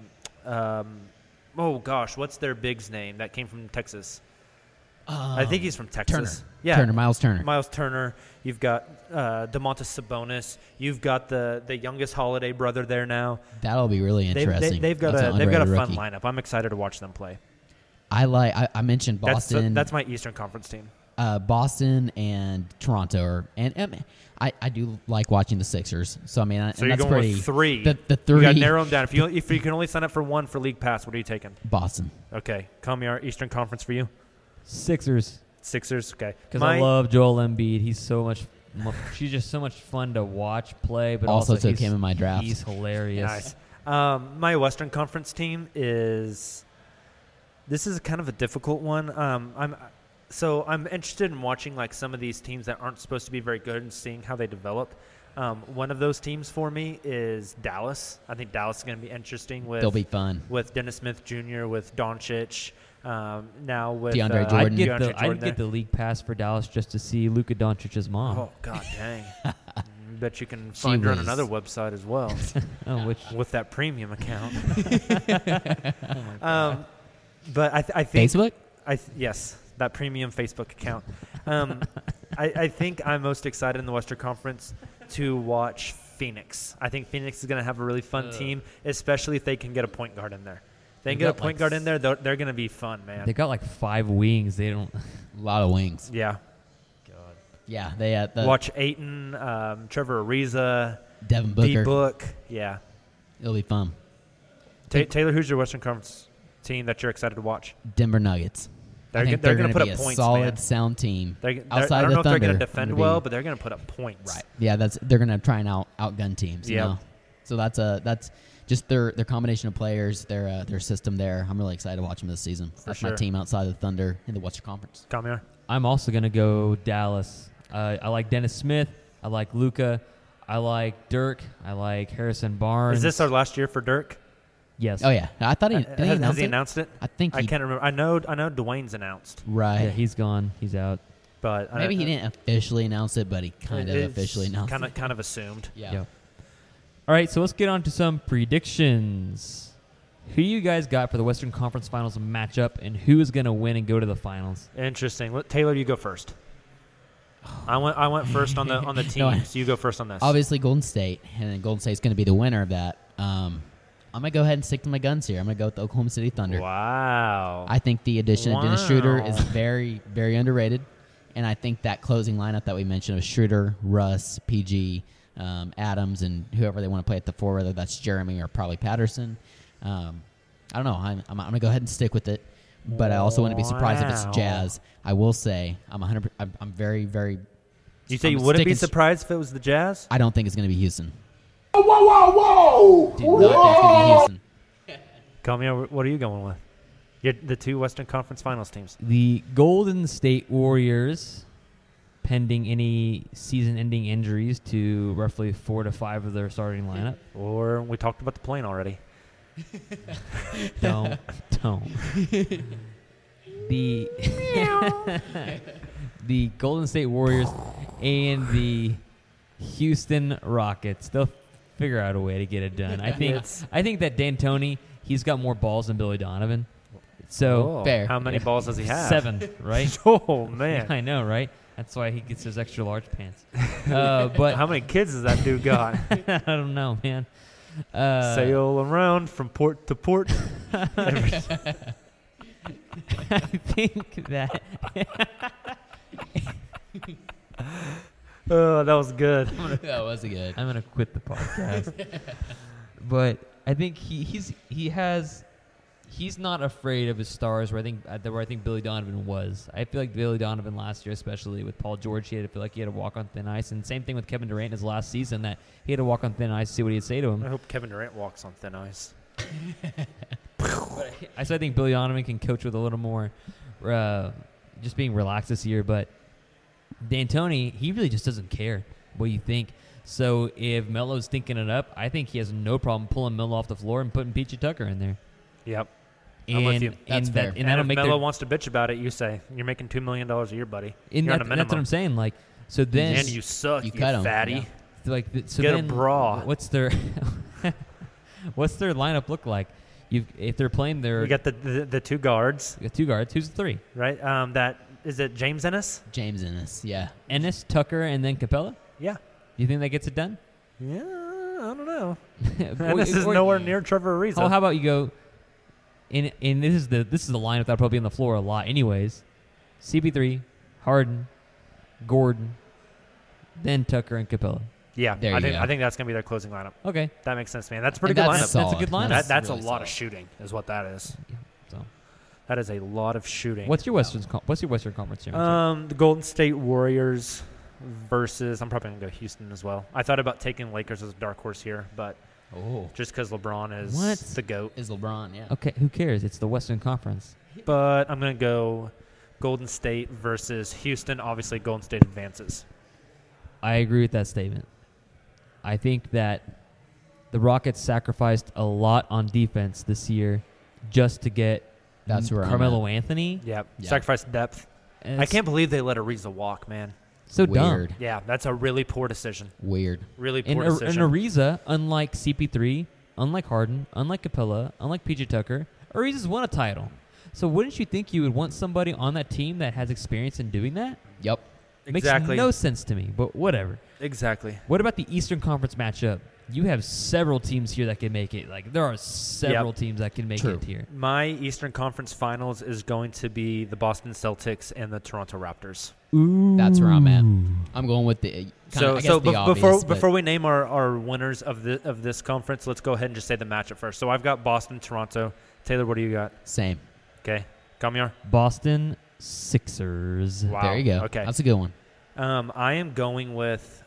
S5: um, oh gosh, what's their big's name that came from Texas? I think he's from Texas.
S6: Turner.
S5: Yeah,
S6: Turner, Miles Turner.
S5: Miles Turner. You've got uh, Demontis Sabonis. You've got the the youngest Holiday brother there now.
S6: That'll be really
S5: They've-
S6: interesting.
S5: They, have got
S6: That's an
S5: a they've got a fun
S6: underrated rookie.
S5: lineup. I'm excited to watch them play.
S6: I like. I, I mentioned
S5: That's the-
S6: Boston.
S5: that's my Eastern Conference team.
S6: uh, Boston and Toronto, are, and, and I, I do like watching the Sixers. So I mean, I,
S5: So
S6: and
S5: you're
S6: that's
S5: going
S6: pretty
S5: with three.
S6: The, the three.
S5: You got to narrow them down. If you if you can only sign up for one for league pass, what are you taking?
S6: Boston.
S5: Okay, come here. Eastern Conference for you.
S2: Sixers.
S5: Sixers. Okay.
S2: Because
S5: My-
S2: I love Joel Embiid. He's so much. mu- She's just so much fun to watch play, but also,
S6: Also took
S2: he's-
S6: him in my draft.
S2: He's hilarious.
S5: Nice. Um, my Western Conference team is. This is kind of a difficult one. Um, I'm so I'm interested in watching like some of these teams that aren't supposed to be very good and seeing how they develop. Um, one of those teams for me is Dallas. I think Dallas is going to be interesting with
S6: They'll be fun.
S5: with Dennis Smith Jr. with Doncic. Um, now with
S6: DeAndre
S5: uh,
S2: I'd get
S5: DeAndre
S2: the I'd
S5: Jordan there.
S2: get the league pass for Dallas just to see Luka Doncic's mom.
S5: Oh God, dang! Bet you can find her on
S2: whiz.
S5: another website as well.
S2: Oh, which- Oh,
S5: with that premium account.
S2: my God.
S5: um, but I, th- I think
S6: Facebook?
S5: I th- yes, that premium Facebook account. Um, I, I think I'm most excited in the Western Conference to watch Phoenix. I think Phoenix is going to have a really fun
S2: Ugh.
S5: team, especially if they can get a point guard in there. They
S2: They
S5: can get a
S2: got,
S5: point
S2: like,
S5: guard in there. They're, they're going to be fun, man.
S2: They got like five wings. They don't. A
S6: lot of wings.
S5: yeah.
S6: Yeah, they uh, the,
S5: Watch Aiton, um, Trevor Ariza,
S6: Devin Booker.
S5: D-Book. Yeah.
S6: It'll be fun.
S5: Ta Taylor, who's your Western Conference team that you're excited to watch?
S6: Denver Nuggets.
S5: They're
S6: I
S5: go-
S6: think
S5: they're
S6: going
S5: gonna
S6: to
S5: put
S6: be
S5: up
S6: a
S5: points,
S6: solid,
S5: man.
S6: sound team.
S5: They're, they're,
S6: outside
S5: I don't
S6: of
S5: know if
S6: the Thunder,
S5: they're going to
S6: gonna
S5: defend
S6: be-
S5: well, but they're going to put up points. Right.
S6: yeah, that's they're going to try and out outgun teams. you
S5: Yep.
S6: know? So that's a that's just their their combination of players, their uh, their system there. I'm really excited to watch them this season. that's my
S2: sure.
S6: team outside of the Thunder in the Western Conference.
S5: Come here.
S2: I'm also gonna go Dallas. Uh, I like Dennis Smith. I like Luca. I like Dirk. I like Harrison Barnes.
S5: Is this our last year for Dirk?
S2: Yes.
S6: Oh yeah, I thought he,
S5: Uh,
S6: didn't he
S5: has, has
S6: announce
S5: he
S6: it?
S5: announced it?
S6: I think
S5: I
S6: he-
S5: can't remember. I know. I know Dwayne's announced,
S6: Right.
S2: Yeah, he's gone. He's out.
S5: but I
S6: Maybe he
S5: don't-
S6: didn't officially announce it, but he kind of
S5: it's
S6: officially announced
S5: Kind
S6: it.
S5: of, kind of assumed.
S6: Yeah.
S2: Yeah. All right, so let's get on to some predictions. Who you guys got for the Western Conference Finals matchup, and who is going to win and go to the finals?
S5: Interesting. Let- Taylor, you go first. I went. I went first on the on the teams.
S6: Oh. No, I-
S5: you go first on this.
S6: Obviously, Golden State, and then Golden State's going to be the winner of that. Um, I'm going to go ahead and stick to my guns here. I'm going to go with the Oklahoma City Thunder.
S5: Wow.
S6: I think the addition of Dennis Schroeder is
S5: Wow.
S6: very, very underrated. And I think that closing lineup that we mentioned of Schroeder, Russ, PG, um, Adams, and whoever they want to play at the four, whether that's Jeremy or probably Patterson. Um, I don't know. I'm, I'm, I'm going to go ahead and stick with it. But I also wouldn't be surprised if it's
S5: Wow.
S6: Jazz. I will say I'm 100. I'm, I'm very, very.
S5: You say
S6: I'm
S5: you wouldn't be
S6: sticking-
S5: surprised if it was the Jazz?
S6: I don't think it's going to be Houston.
S11: Whoa, whoa, whoa!
S6: Dude, not that's gonna be
S11: Whoa!
S6: Houston.
S5: Call me. over- What are you going with? You're the two Western Conference Finals teams.
S2: The Golden State Warriors, pending any season ending injuries to roughly four to five of their starting lineup.
S5: Or we talked about the plane already.
S2: don't, don't. The the Golden State Warriors and the Houston Rockets. They'll figure out a way to get it done. I think
S5: It's-
S2: I think that D'Antoni, he's got more balls than Billy Donovan. So
S5: Oh. Fair. How many balls does he have?
S2: Seven, right?
S5: Oh, man.
S2: I know, right? That's why he gets his extra large pants. Uh, but
S5: How many kids does that dude got?
S2: I don't know, man. Uh,
S5: Sail around from port to port.
S2: I think that
S5: oh, that was good.
S6: that was good.
S2: I'm gonna quit the podcast. but I think he, he's he has he's not afraid of his stars. Where I think uh, where I think Billy Donovan was. I feel like Billy Donovan last year, especially with Paul George, he had to feel like he had to walk on thin ice. And same thing with Kevin Durant in his last season that he had to walk on thin ice. to See what he'd say to him.
S5: I hope Kevin Durant walks on thin ice.
S2: I so I think Billy Donovan can coach with a little more, uh, just being relaxed this year. But D'Antoni, he really just doesn't care what you think. So if Melo's thinking it up, I think he has no problem pulling Melo off the floor and putting Peachy Tucker in there.
S5: Yep.
S2: And,
S5: I'm with you.
S2: And, that, and, that'll
S5: if
S2: make
S5: Melo
S2: their,
S5: wants to bitch about it, you say you're making two million dollars a year, buddy.
S2: and
S5: you're
S2: that-
S5: on
S2: that's
S5: a
S2: what
S5: minimum.
S2: I'm saying. Like so then
S5: and you suck. You,
S6: you cut 'em,
S5: fatty.
S6: yeah.
S2: like th- so
S5: Get a
S2: then
S5: bra.
S2: wh- What's their what's their lineup look like?
S6: You've, if they're playing their
S5: You got the, the the two guards.
S6: You got two guards. Who's the three?
S5: Right. Um. That is it. James Ennis.
S2: James Ennis. Yeah.
S6: Ennis, Tucker, and then Capella.
S5: Yeah.
S6: You think that gets it done?
S5: Yeah. I don't know.
S6: Or-
S5: and this is
S6: or-
S5: nowhere near Trevor Ariza.
S6: Oh, how about you go? And and this is the this is the lineup that'll probably be on the floor a lot, anyways. CP3, Harden, Gordon, then Tucker and Capella.
S5: Yeah,
S6: There
S5: I
S6: you
S5: think
S6: go.
S5: I think that's gonna be their closing lineup.
S6: Okay.
S5: that makes sense, man. That's a pretty
S6: And
S5: good
S6: that's
S5: lineup.
S6: That's a good solid. lineup.
S5: That, that's a
S6: Really
S5: lot of shooting, is what that is.
S6: so.
S5: that is a lot of shooting.
S6: What's your Western com- What's your Western Conference championship?
S5: Um, the Golden State Warriors versus I'm probably gonna go Houston as well. I thought about taking Lakers as a dark horse here, but just because LeBron is
S2: What?
S5: the goat
S2: is LeBron. Yeah.
S6: okay, who cares? It's the Western Conference.
S5: But I'm gonna go Golden State versus Houston. Obviously, Golden State advances.
S6: I agree with that statement. I think that the Rockets sacrificed a lot on defense this year just to get
S2: That's where I'm
S6: Carmelo
S2: at.
S6: Anthony.
S5: Yep.
S2: Yeah.
S5: Sacrifice depth.
S6: And
S5: I
S6: it's-
S5: can't believe they let Ariza walk, man.
S6: So dumb. Weird.
S5: Yeah, that's a really poor decision.
S2: Weird.
S5: Really
S6: And,
S5: poor
S6: Ar- and
S5: decision.
S6: Ariza, unlike CP3, unlike Harden, unlike Capella, unlike PJ Tucker, Ariza's won a title. So wouldn't you think you would want somebody on that team that has experience in doing that?
S2: Yep.
S5: Exactly.
S6: Makes no sense to me, but whatever.
S5: exactly.
S6: What about the Eastern Conference matchup? You have several teams here that can make it. Like there are several
S5: Yep.
S6: teams that can make it here.
S5: My Eastern Conference Finals is going to be the Boston Celtics and the Toronto Raptors.
S2: That's where I'm at. I'm going with the kind
S5: so,
S2: I guess
S5: so
S2: the
S5: bef-
S2: obvious,
S5: before
S2: but
S5: before we name our, our winners of the of this conference, let's go ahead and just say the matchup first. So I've got Boston, Toronto. Taylor, what do you got?
S2: same.
S5: Okay, Kamiar.
S6: Boston Sixers.
S5: Wow.
S2: There you go.
S5: Okay,
S2: That's a good one.
S5: Um, I am going with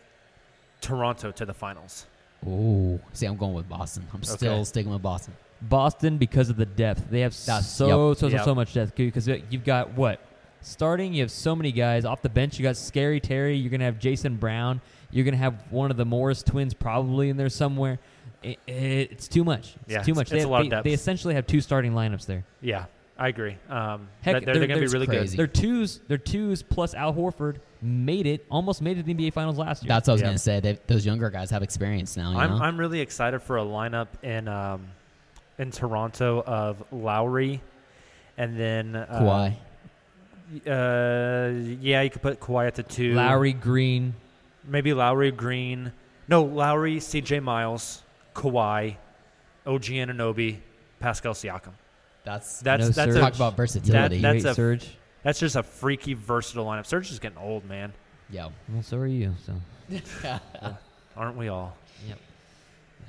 S5: Toronto to the finals.
S2: Oh, see, I'm going with Boston. I'm still sticking with Boston.
S6: Boston because of the depth. They have
S2: That's-
S6: so
S2: yep.
S6: so so,
S2: Yep.
S6: so much depth because you've got what starting. You have so many guys off the bench. You got Scary Terry. You're gonna have Jason Brown. You're gonna have one of the Morris twins probably in there somewhere. It, it- it's too much. It's
S5: Yeah,
S6: too
S5: it's-
S6: much.
S5: it's
S6: they,
S5: a lot of
S6: they-
S5: depth.
S6: they essentially have two starting lineups there.
S5: Yeah, I agree. Um,
S6: Heck,
S5: that- they're, going to be really good.
S6: Their twos, their twos plus Al Horford made it almost made it to the NBA Finals last year.
S2: That's what I was
S5: Yeah.
S2: gonna say. They, those younger guys have experience now. You
S5: I'm,
S2: know?
S5: I'm really excited for a lineup in um, in Toronto of Lowry, and then uh,
S2: Kawhi.
S5: Uh, yeah, you could put Kawhi at the two.
S6: Lowry Green.
S5: maybe Lowry Green. No, Lowry, C.J. Miles, Kawhi, OG Ananobi, Pascal Siakam.
S2: That's
S5: that's
S2: No,
S5: that's
S2: Serge.
S5: a,
S2: Talk about versatility.
S5: That,
S2: You
S5: that's
S2: hate
S5: a
S2: Serge?
S5: That's just a freaky versatile lineup. Serge is getting old, man.
S2: Yo.
S6: Well, so are you. So,
S5: Aren't we all?
S6: Yep.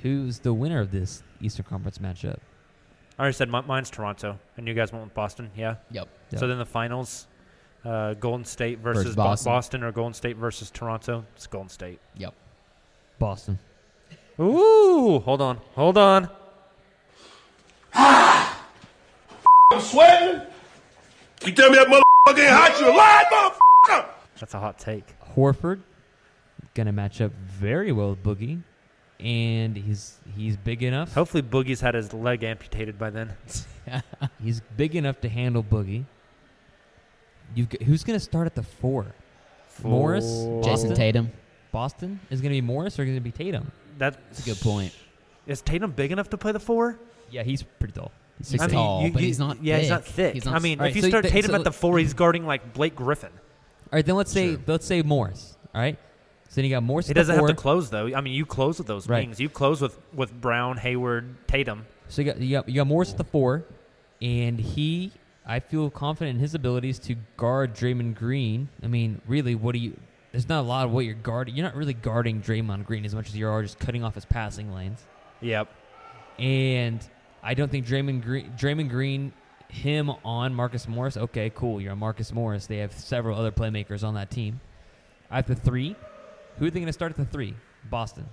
S6: who's the winner of this Eastern Conference matchup?
S5: I already said mi- mine's Toronto, and you guys went with Boston, yeah?
S2: Yep.
S5: So then the finals, uh, Golden State versus,
S2: Versus
S5: Bo-
S2: Boston.
S5: Boston. or Golden State versus Toronto. It's Golden State.
S2: Yep.
S6: Boston.
S5: Ooh, hold on, hold on.
S9: I'm sweating. You tell me that motherfucker ain't hot, you a lying motherfucker.
S5: That's a hot take.
S6: Horford gonna match up very well with Boogie, and he's he's big enough.
S5: Hopefully, Boogie's had his leg amputated by then.
S6: he's big enough to handle Boogie. You've got, who's gonna start at the four? Morris,
S2: Jason
S6: Boston?
S2: Tatum.
S6: Boston is gonna be Morris or gonna be Tatum?
S5: That's
S2: Good point.
S5: Is Tatum big enough to play the four?
S6: Yeah, he's pretty tall. He's
S2: He's tall, but he's not
S5: Yeah, he's not
S2: thick.
S5: thick.
S2: He's not
S5: I mean,
S2: Alright,
S5: if you
S2: so
S5: start
S2: th-
S5: Tatum
S2: so-
S5: at the four, he's guarding like Blake Griffin.
S6: All right, then let's say let's say Morris. All right, so then you got Morris.
S5: He
S6: at the
S5: doesn't have
S6: four.
S5: to close though. I mean, you close with those
S6: Right.
S5: wings. You close with with Brown, Hayward, Tatum.
S6: So you got, you got you got Morris at the four, and he I feel confident in his abilities to guard Draymond Green. I mean, really, what do you? There's not a lot of what you're guarding. You're not really guarding Draymond Green as much as you are just cutting off his passing lanes.
S5: Yep.
S6: And I don't think Draymond Green, Draymond Green, him on Marcus Morris. Okay, cool. You're on Marcus Morris. They have several other playmakers on that team. I have the three. Who are they going to start at the three? Boston.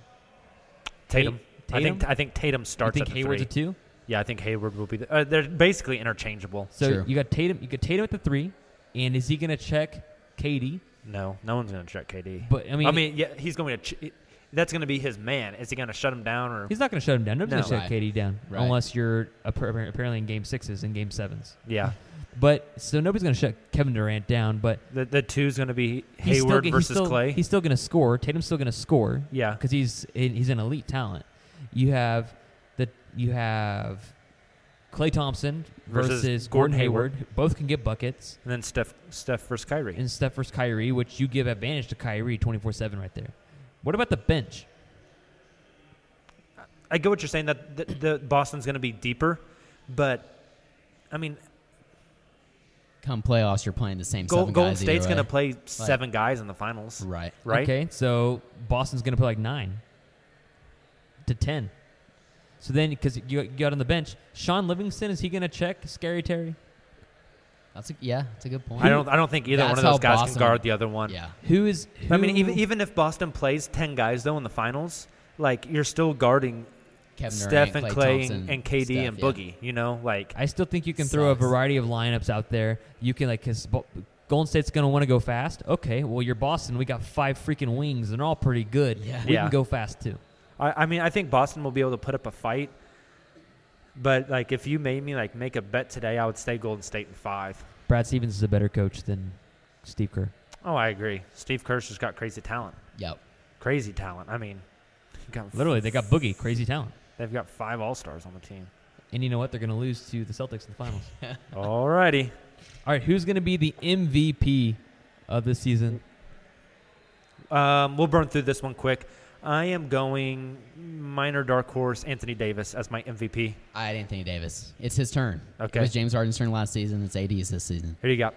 S5: Tatum.
S6: Ta-
S5: I think I think Tatum starts.
S6: You
S5: at
S6: think
S5: the
S6: Hayward's
S5: three.
S6: a two?
S5: Yeah, I think Hayward will be. The, uh, they're basically interchangeable.
S6: So you got Tatum. You got Tatum at the three, and is he going to check Katie?
S5: no, no one's going to check KD.
S6: But, I mean-
S5: I mean, yeah, he's going to. Ch- that's going to be his man. Is he going to shut him down or?
S6: He's not going to shut him down. Nobody's
S5: No.
S6: going to shut Katie down
S5: Right.
S6: unless you're appar- apparently in game sixes and game sevens.
S5: Yeah.
S6: But so nobody's going to shut Kevin Durant down. But
S5: The the two's going to be
S6: he's still
S5: Hayward
S6: g- he's
S5: versus
S6: still-
S5: Clay.
S6: He's still going to score. Tatum's still going to score.
S5: Yeah.
S6: because he's he's an elite talent. You have the you have
S2: Clay Thompson
S5: Versus
S2: versus,
S5: Gordon
S2: Gordon,
S5: Hayward.
S2: Hayward. who Both can get buckets.
S5: And then Steph, Steph versus Kyrie.
S2: And Steph versus Kyrie, which you give advantage to Kyrie 24 7 right there. What about the bench?
S5: I get what you're saying that the, the Boston's going to be deeper, but I mean,
S6: Come playoffs, you're playing the same
S5: Gol-
S6: seven
S5: Golden
S6: guys either
S5: State's
S6: way.
S5: going to play
S6: Like,
S5: seven guys in the finals.
S6: Right.
S5: Right.
S2: Okay, so Boston's going to play like nine to 10. So then, because you you got on the bench, Sean Livingston, is he going to check Scary Terry?
S6: That's a, yeah, that's a good point.
S5: I don't. I don't think either one of
S6: That's
S5: those
S6: how
S5: guys
S6: Boston-
S5: can guard the other one.
S6: Yeah.
S2: Who is?
S5: I mean,
S2: who-
S5: even even if Boston plays ten guys though in the finals, like you're still guarding
S6: Kevin
S5: Steph
S6: Durant,
S5: and
S6: Klay
S5: Clay and,
S6: Thompson,
S5: and KD
S6: Steph,
S5: and
S6: yeah.
S5: Boogie. You know, like
S2: I still think you can throw a variety of lineups out there. You can like because Golden State's going to want to go fast. Okay, well you're Boston. We got five freaking wings, and they're all pretty good. Yeah, we
S5: Yeah.
S2: can go fast too.
S5: I, I mean, I think Boston will be able to put up a fight. But like, if you made me like make a bet today, I would say Golden State in five.
S2: Brad Stevens is a better coach than Steve Kerr.
S5: Oh, I agree. Steve Kerr's just got crazy talent.
S6: Yep.
S5: Crazy talent. I mean, he got
S2: Literally, they got Boogie, crazy talent.
S5: They've got five All Stars on the team.
S2: And you know what? They're going to lose to the Celtics in the finals.
S5: All righty.
S2: All right, who's going to be the MVP of this season?
S5: Um, we'll burn through this one quick. I am going minor dark horse Anthony Davis as my MVP.
S6: I had Anthony Davis. It's his turn.
S5: Okay.
S6: It was James Harden's turn last season. It's AD's this season.
S5: Who do you got?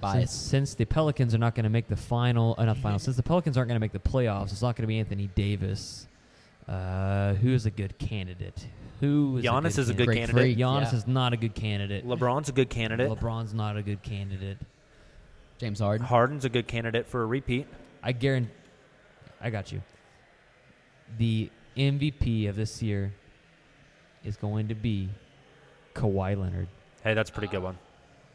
S6: Bias.
S2: Since, since the Pelicans are not going to make the final, uh, not final. Since the Pelicans aren't going to make the playoffs, it's not going to be Anthony Davis. Uh, who is a good candidate? Who is
S5: Giannis is a good
S2: candidate?
S5: candidate.
S2: Giannis
S5: Yeah.
S2: is not a good candidate.
S5: LeBron's a good candidate.
S2: LeBron's not a good candidate.
S6: James Harden.
S5: Harden's a good candidate for a repeat.
S2: I guarantee. I got you. The MVP of this year is going to be Kawhi Leonard
S5: Hey, that's a pretty good one.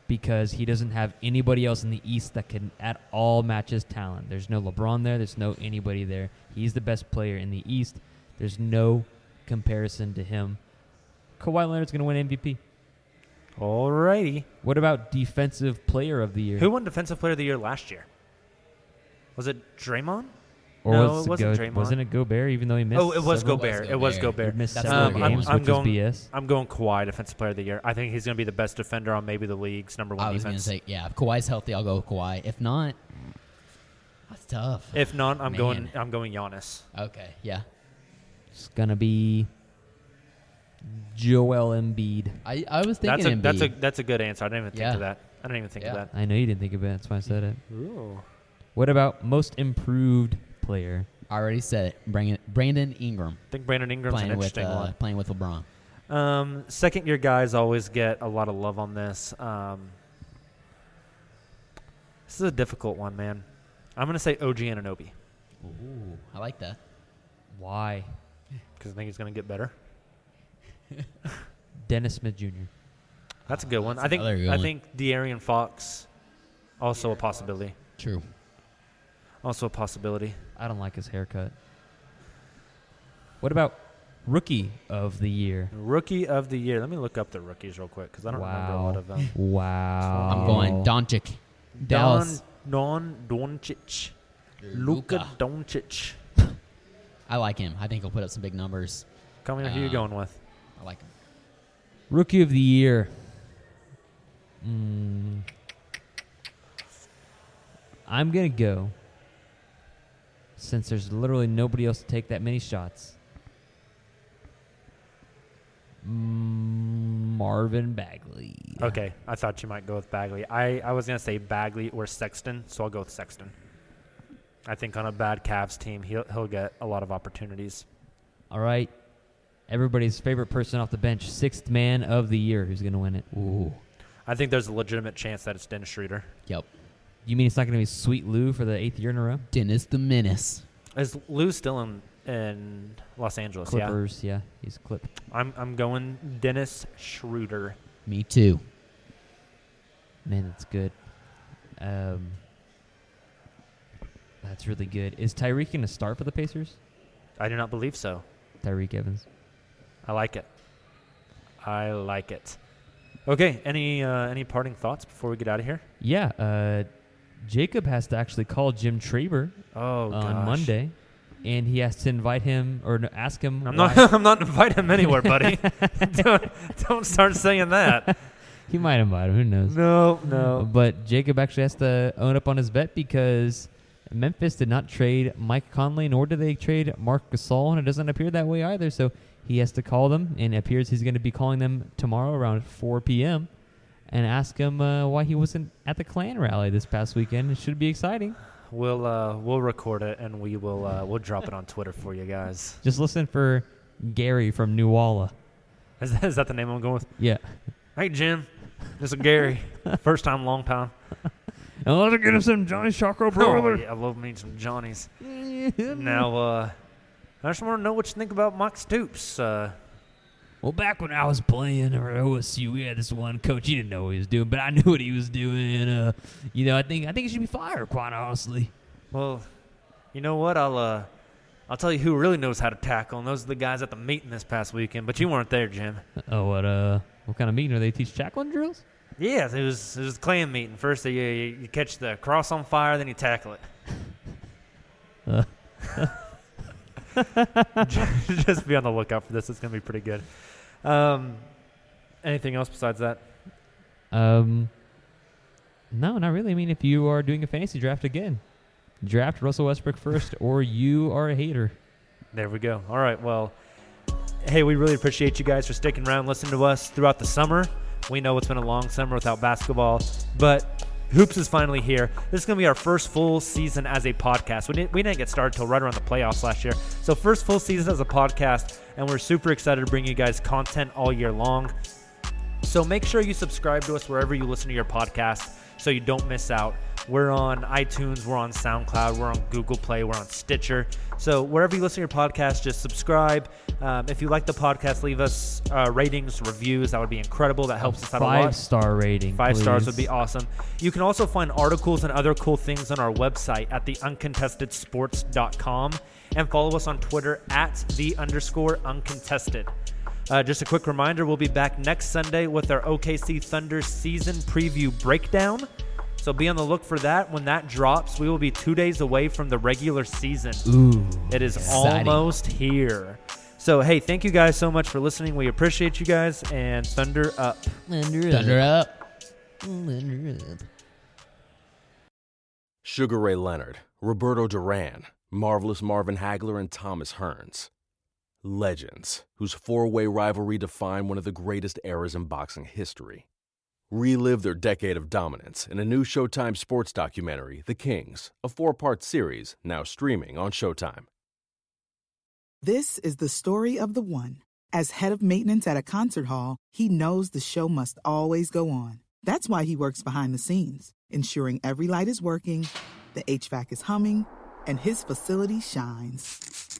S2: because he doesn't have anybody else in the East that can at all match his talent. There's no LeBron there. There's no anybody there. He's the best player in the East. There's no comparison to him. Kawhi Leonard's going to win MVP.
S5: All righty.
S2: What about Defensive Player of the Year?
S5: Who won Defensive Player of the Year last year? Was it Draymond?
S2: Or
S5: no,
S2: was
S5: it
S2: it
S5: wasn't
S2: Go-
S5: Draymond.
S2: wasn't it Gobert, even though he missed
S5: Oh, it was
S2: several-
S5: Gobert. It was Gobert.
S2: He missed
S5: Um,
S2: several
S5: I'm-
S2: games,
S5: I'm
S2: which
S5: going-
S2: is BS.
S5: I'm going Kawhi, Defensive Player of the Year. I think he's going to be the best defender on maybe the league's number one
S6: I was going to
S5: defense.
S6: say, yeah, if Kawhi's healthy, I'll go with Kawhi. If not, that's tough.
S5: If not, I'm
S6: Man.
S5: going. I'm going Giannis.
S6: Okay, yeah.
S2: It's gonna be Joel Embiid.
S6: I, I was thinking
S5: That's a, that's a
S6: Embiid.
S5: that's a good answer. I didn't even think
S6: Yeah.
S5: of that. I didn't even think of
S6: Yeah.
S5: that.
S2: I know you didn't think of it. That's why I said it.
S5: Ooh.
S2: What about most improved player?
S6: I already said it. Bring it. Brandon Ingram.
S5: I think Brandon Ingram's
S6: playing
S5: an
S6: with,
S5: interesting
S6: uh,
S5: one.
S6: Playing with LeBron.
S5: Um, second year guys always get a lot of love on this. Um, this is a difficult one, man. I'm gonna say OG Ananobi
S6: Ooh, I like that.
S2: Why?
S5: because I think he's gonna get better.
S2: Dennis Smith Jr.
S5: That's a good one.
S6: that's
S5: I think
S6: another good
S5: I
S6: one.
S5: think De'Arian Fox, also a possibility.
S6: True.
S5: Also a possibility.
S2: I don't like his haircut. What about rookie of the year?
S5: Rookie of the year. Let me look up the rookies real quick because I don't remember a lot
S2: Wow.
S5: of them.
S2: Wow.
S6: I'm going Doncic. Dallas.
S5: Don Don Doncic, Luka Doncic.
S6: I like him. I think he'll put up some big numbers.
S5: Come here. Who you
S6: Um,
S5: going with?
S6: I like him.
S2: Rookie of the year. Mm. I'm gonna go. Since there's literally nobody else to take that many shots. Mm, Marvin Bagley.
S5: Okay, I thought you might go with Bagley. I, I was gonna say Bagley or Sexton, so I'll go with Sexton. I think on a bad Cavs team, he'll he'll get a lot of opportunities.
S2: All right. Everybody's favorite person off the bench, sixth man of the year, who's gonna win it?
S6: Ooh.
S5: I think there's a legitimate chance that it's Dennis Schroeder.
S6: Yep.
S2: You mean it's not gonna be Sweet Lou for the eighth year in a row?
S6: Dennis the Menace.
S5: Is Lou still in in Los Angeles?
S2: Clippers, yeah, he's clipped.
S5: Yeah, I'm I'm going Dennis Schroeder.
S6: Me too.
S2: Man, that's good. Um, that's really good. Is Tyreek going to start for the Pacers?
S5: I do not believe so.
S2: Tyreek Evans.
S5: I like it. I like it. Okay, any uh, any parting thoughts before we get out of here?
S2: Yeah. Uh, Jacob has to actually call Jim Traber on
S5: Oh, gosh.
S2: Monday. and he has to invite him or no, ask him.
S5: I'm not-
S2: why-
S5: I'm not inviting him anywhere, buddy. Don't- don't start saying that.
S2: he might invite him. Who knows?
S5: No, no.
S2: But Jacob actually has to own up on his bet because Memphis did not trade Mike Conley, nor did they trade Mark Gasol, and it doesn't appear that way either. So he has to call them, and it appears he's going to be calling them tomorrow around 4 p.m. and ask him uh, why he wasn't at the Klan rally this past weekend. It should be exciting.
S5: We'll uh, we'll record it and we will uh, we'll drop it on Twitter for you guys.
S2: Just listen for Gary from Newalla.
S5: Is that, is that the name I'm going with?
S2: Yeah.
S5: Hey Jim, this is Gary. First time, long time.
S2: And let's get him some Johnny Choco
S5: Oh,
S2: brother.
S5: yeah, I love me some Johnnies. now, uh, I just want to know what you think about Mike Stoops. Uh,
S2: Well, back when I was playing for OSU, we had this one coach. He didn't know what he was doing, but I knew what he was doing. Uh, you know, I think I think he should be fired. Quite honestly,
S5: well, you know what? I'll uh, I'll tell you who really knows how to tackle, and those are the guys at the meeting this past weekend. But you weren't there, Jim.
S2: Oh, what uh, what kind of meeting are they teach tackling drills?
S5: Yeah, it was it was a clan meeting. First, you, you, you catch the cross on fire, then you tackle it.
S2: Uh,
S5: just be on the lookout for this. It's going to be pretty good. Um, anything else besides that?
S2: um, no, not really. I mean, if you are doing a fantasy draft again, draft Russell Westbrook first, or you are a hater.
S5: There we go. All right. Well, hey, we really appreciate you guys for sticking around, listening to us throughout the summer. We know it's been a long summer without basketball, but hoops is finally here. This is going to be our first full season as a podcast. We didn't, we didn't get started till right around the playoffs last year. So, first full season as a podcast, and we're super excited to bring you guys content all year long. So make sure you subscribe to us wherever you listen to your podcast so you don't miss out. We're on iTunes, we're on SoundCloud, we're on Google Play, we're on Stitcher. So wherever you listen to your podcast, just subscribe. Um, if you like the podcast, leave us uh, ratings, reviews. That would be incredible. That helps us out a lot.
S2: Five star rating.
S5: Five stars would
S2: please.
S5: be awesome. You can also find articles and other cool things on our website at theuncontestedsports.com and follow us on Twitter at the underscore uncontested. Uh, just a quick reminder we'll be back next Sunday with our OKC Thunder season preview breakdown. So be on the look for that. When that drops, we will be two days away from the regular season.
S6: Ooh,
S5: it is
S6: exciting.
S5: almost here. So, hey, thank you guys so much for listening. We appreciate you guys and Thunder up.
S6: Thunder Thunder up. Thunder up.
S14: Sugar Ray Leonard, Roberto Duran, Marvelous Marvin Hagler, and Thomas Hearns. Legends, whose four way rivalry defined one of the greatest eras in boxing history. Relive their decade of dominance in a new Showtime sports documentary, The Kings, a four part series now streaming on Showtime.
S4: This is the story of the one. As head of maintenance at a concert hall, he knows the show must always go on. That's why he works behind the scenes, ensuring every light is working, the HVAC is humming, and his facility shines.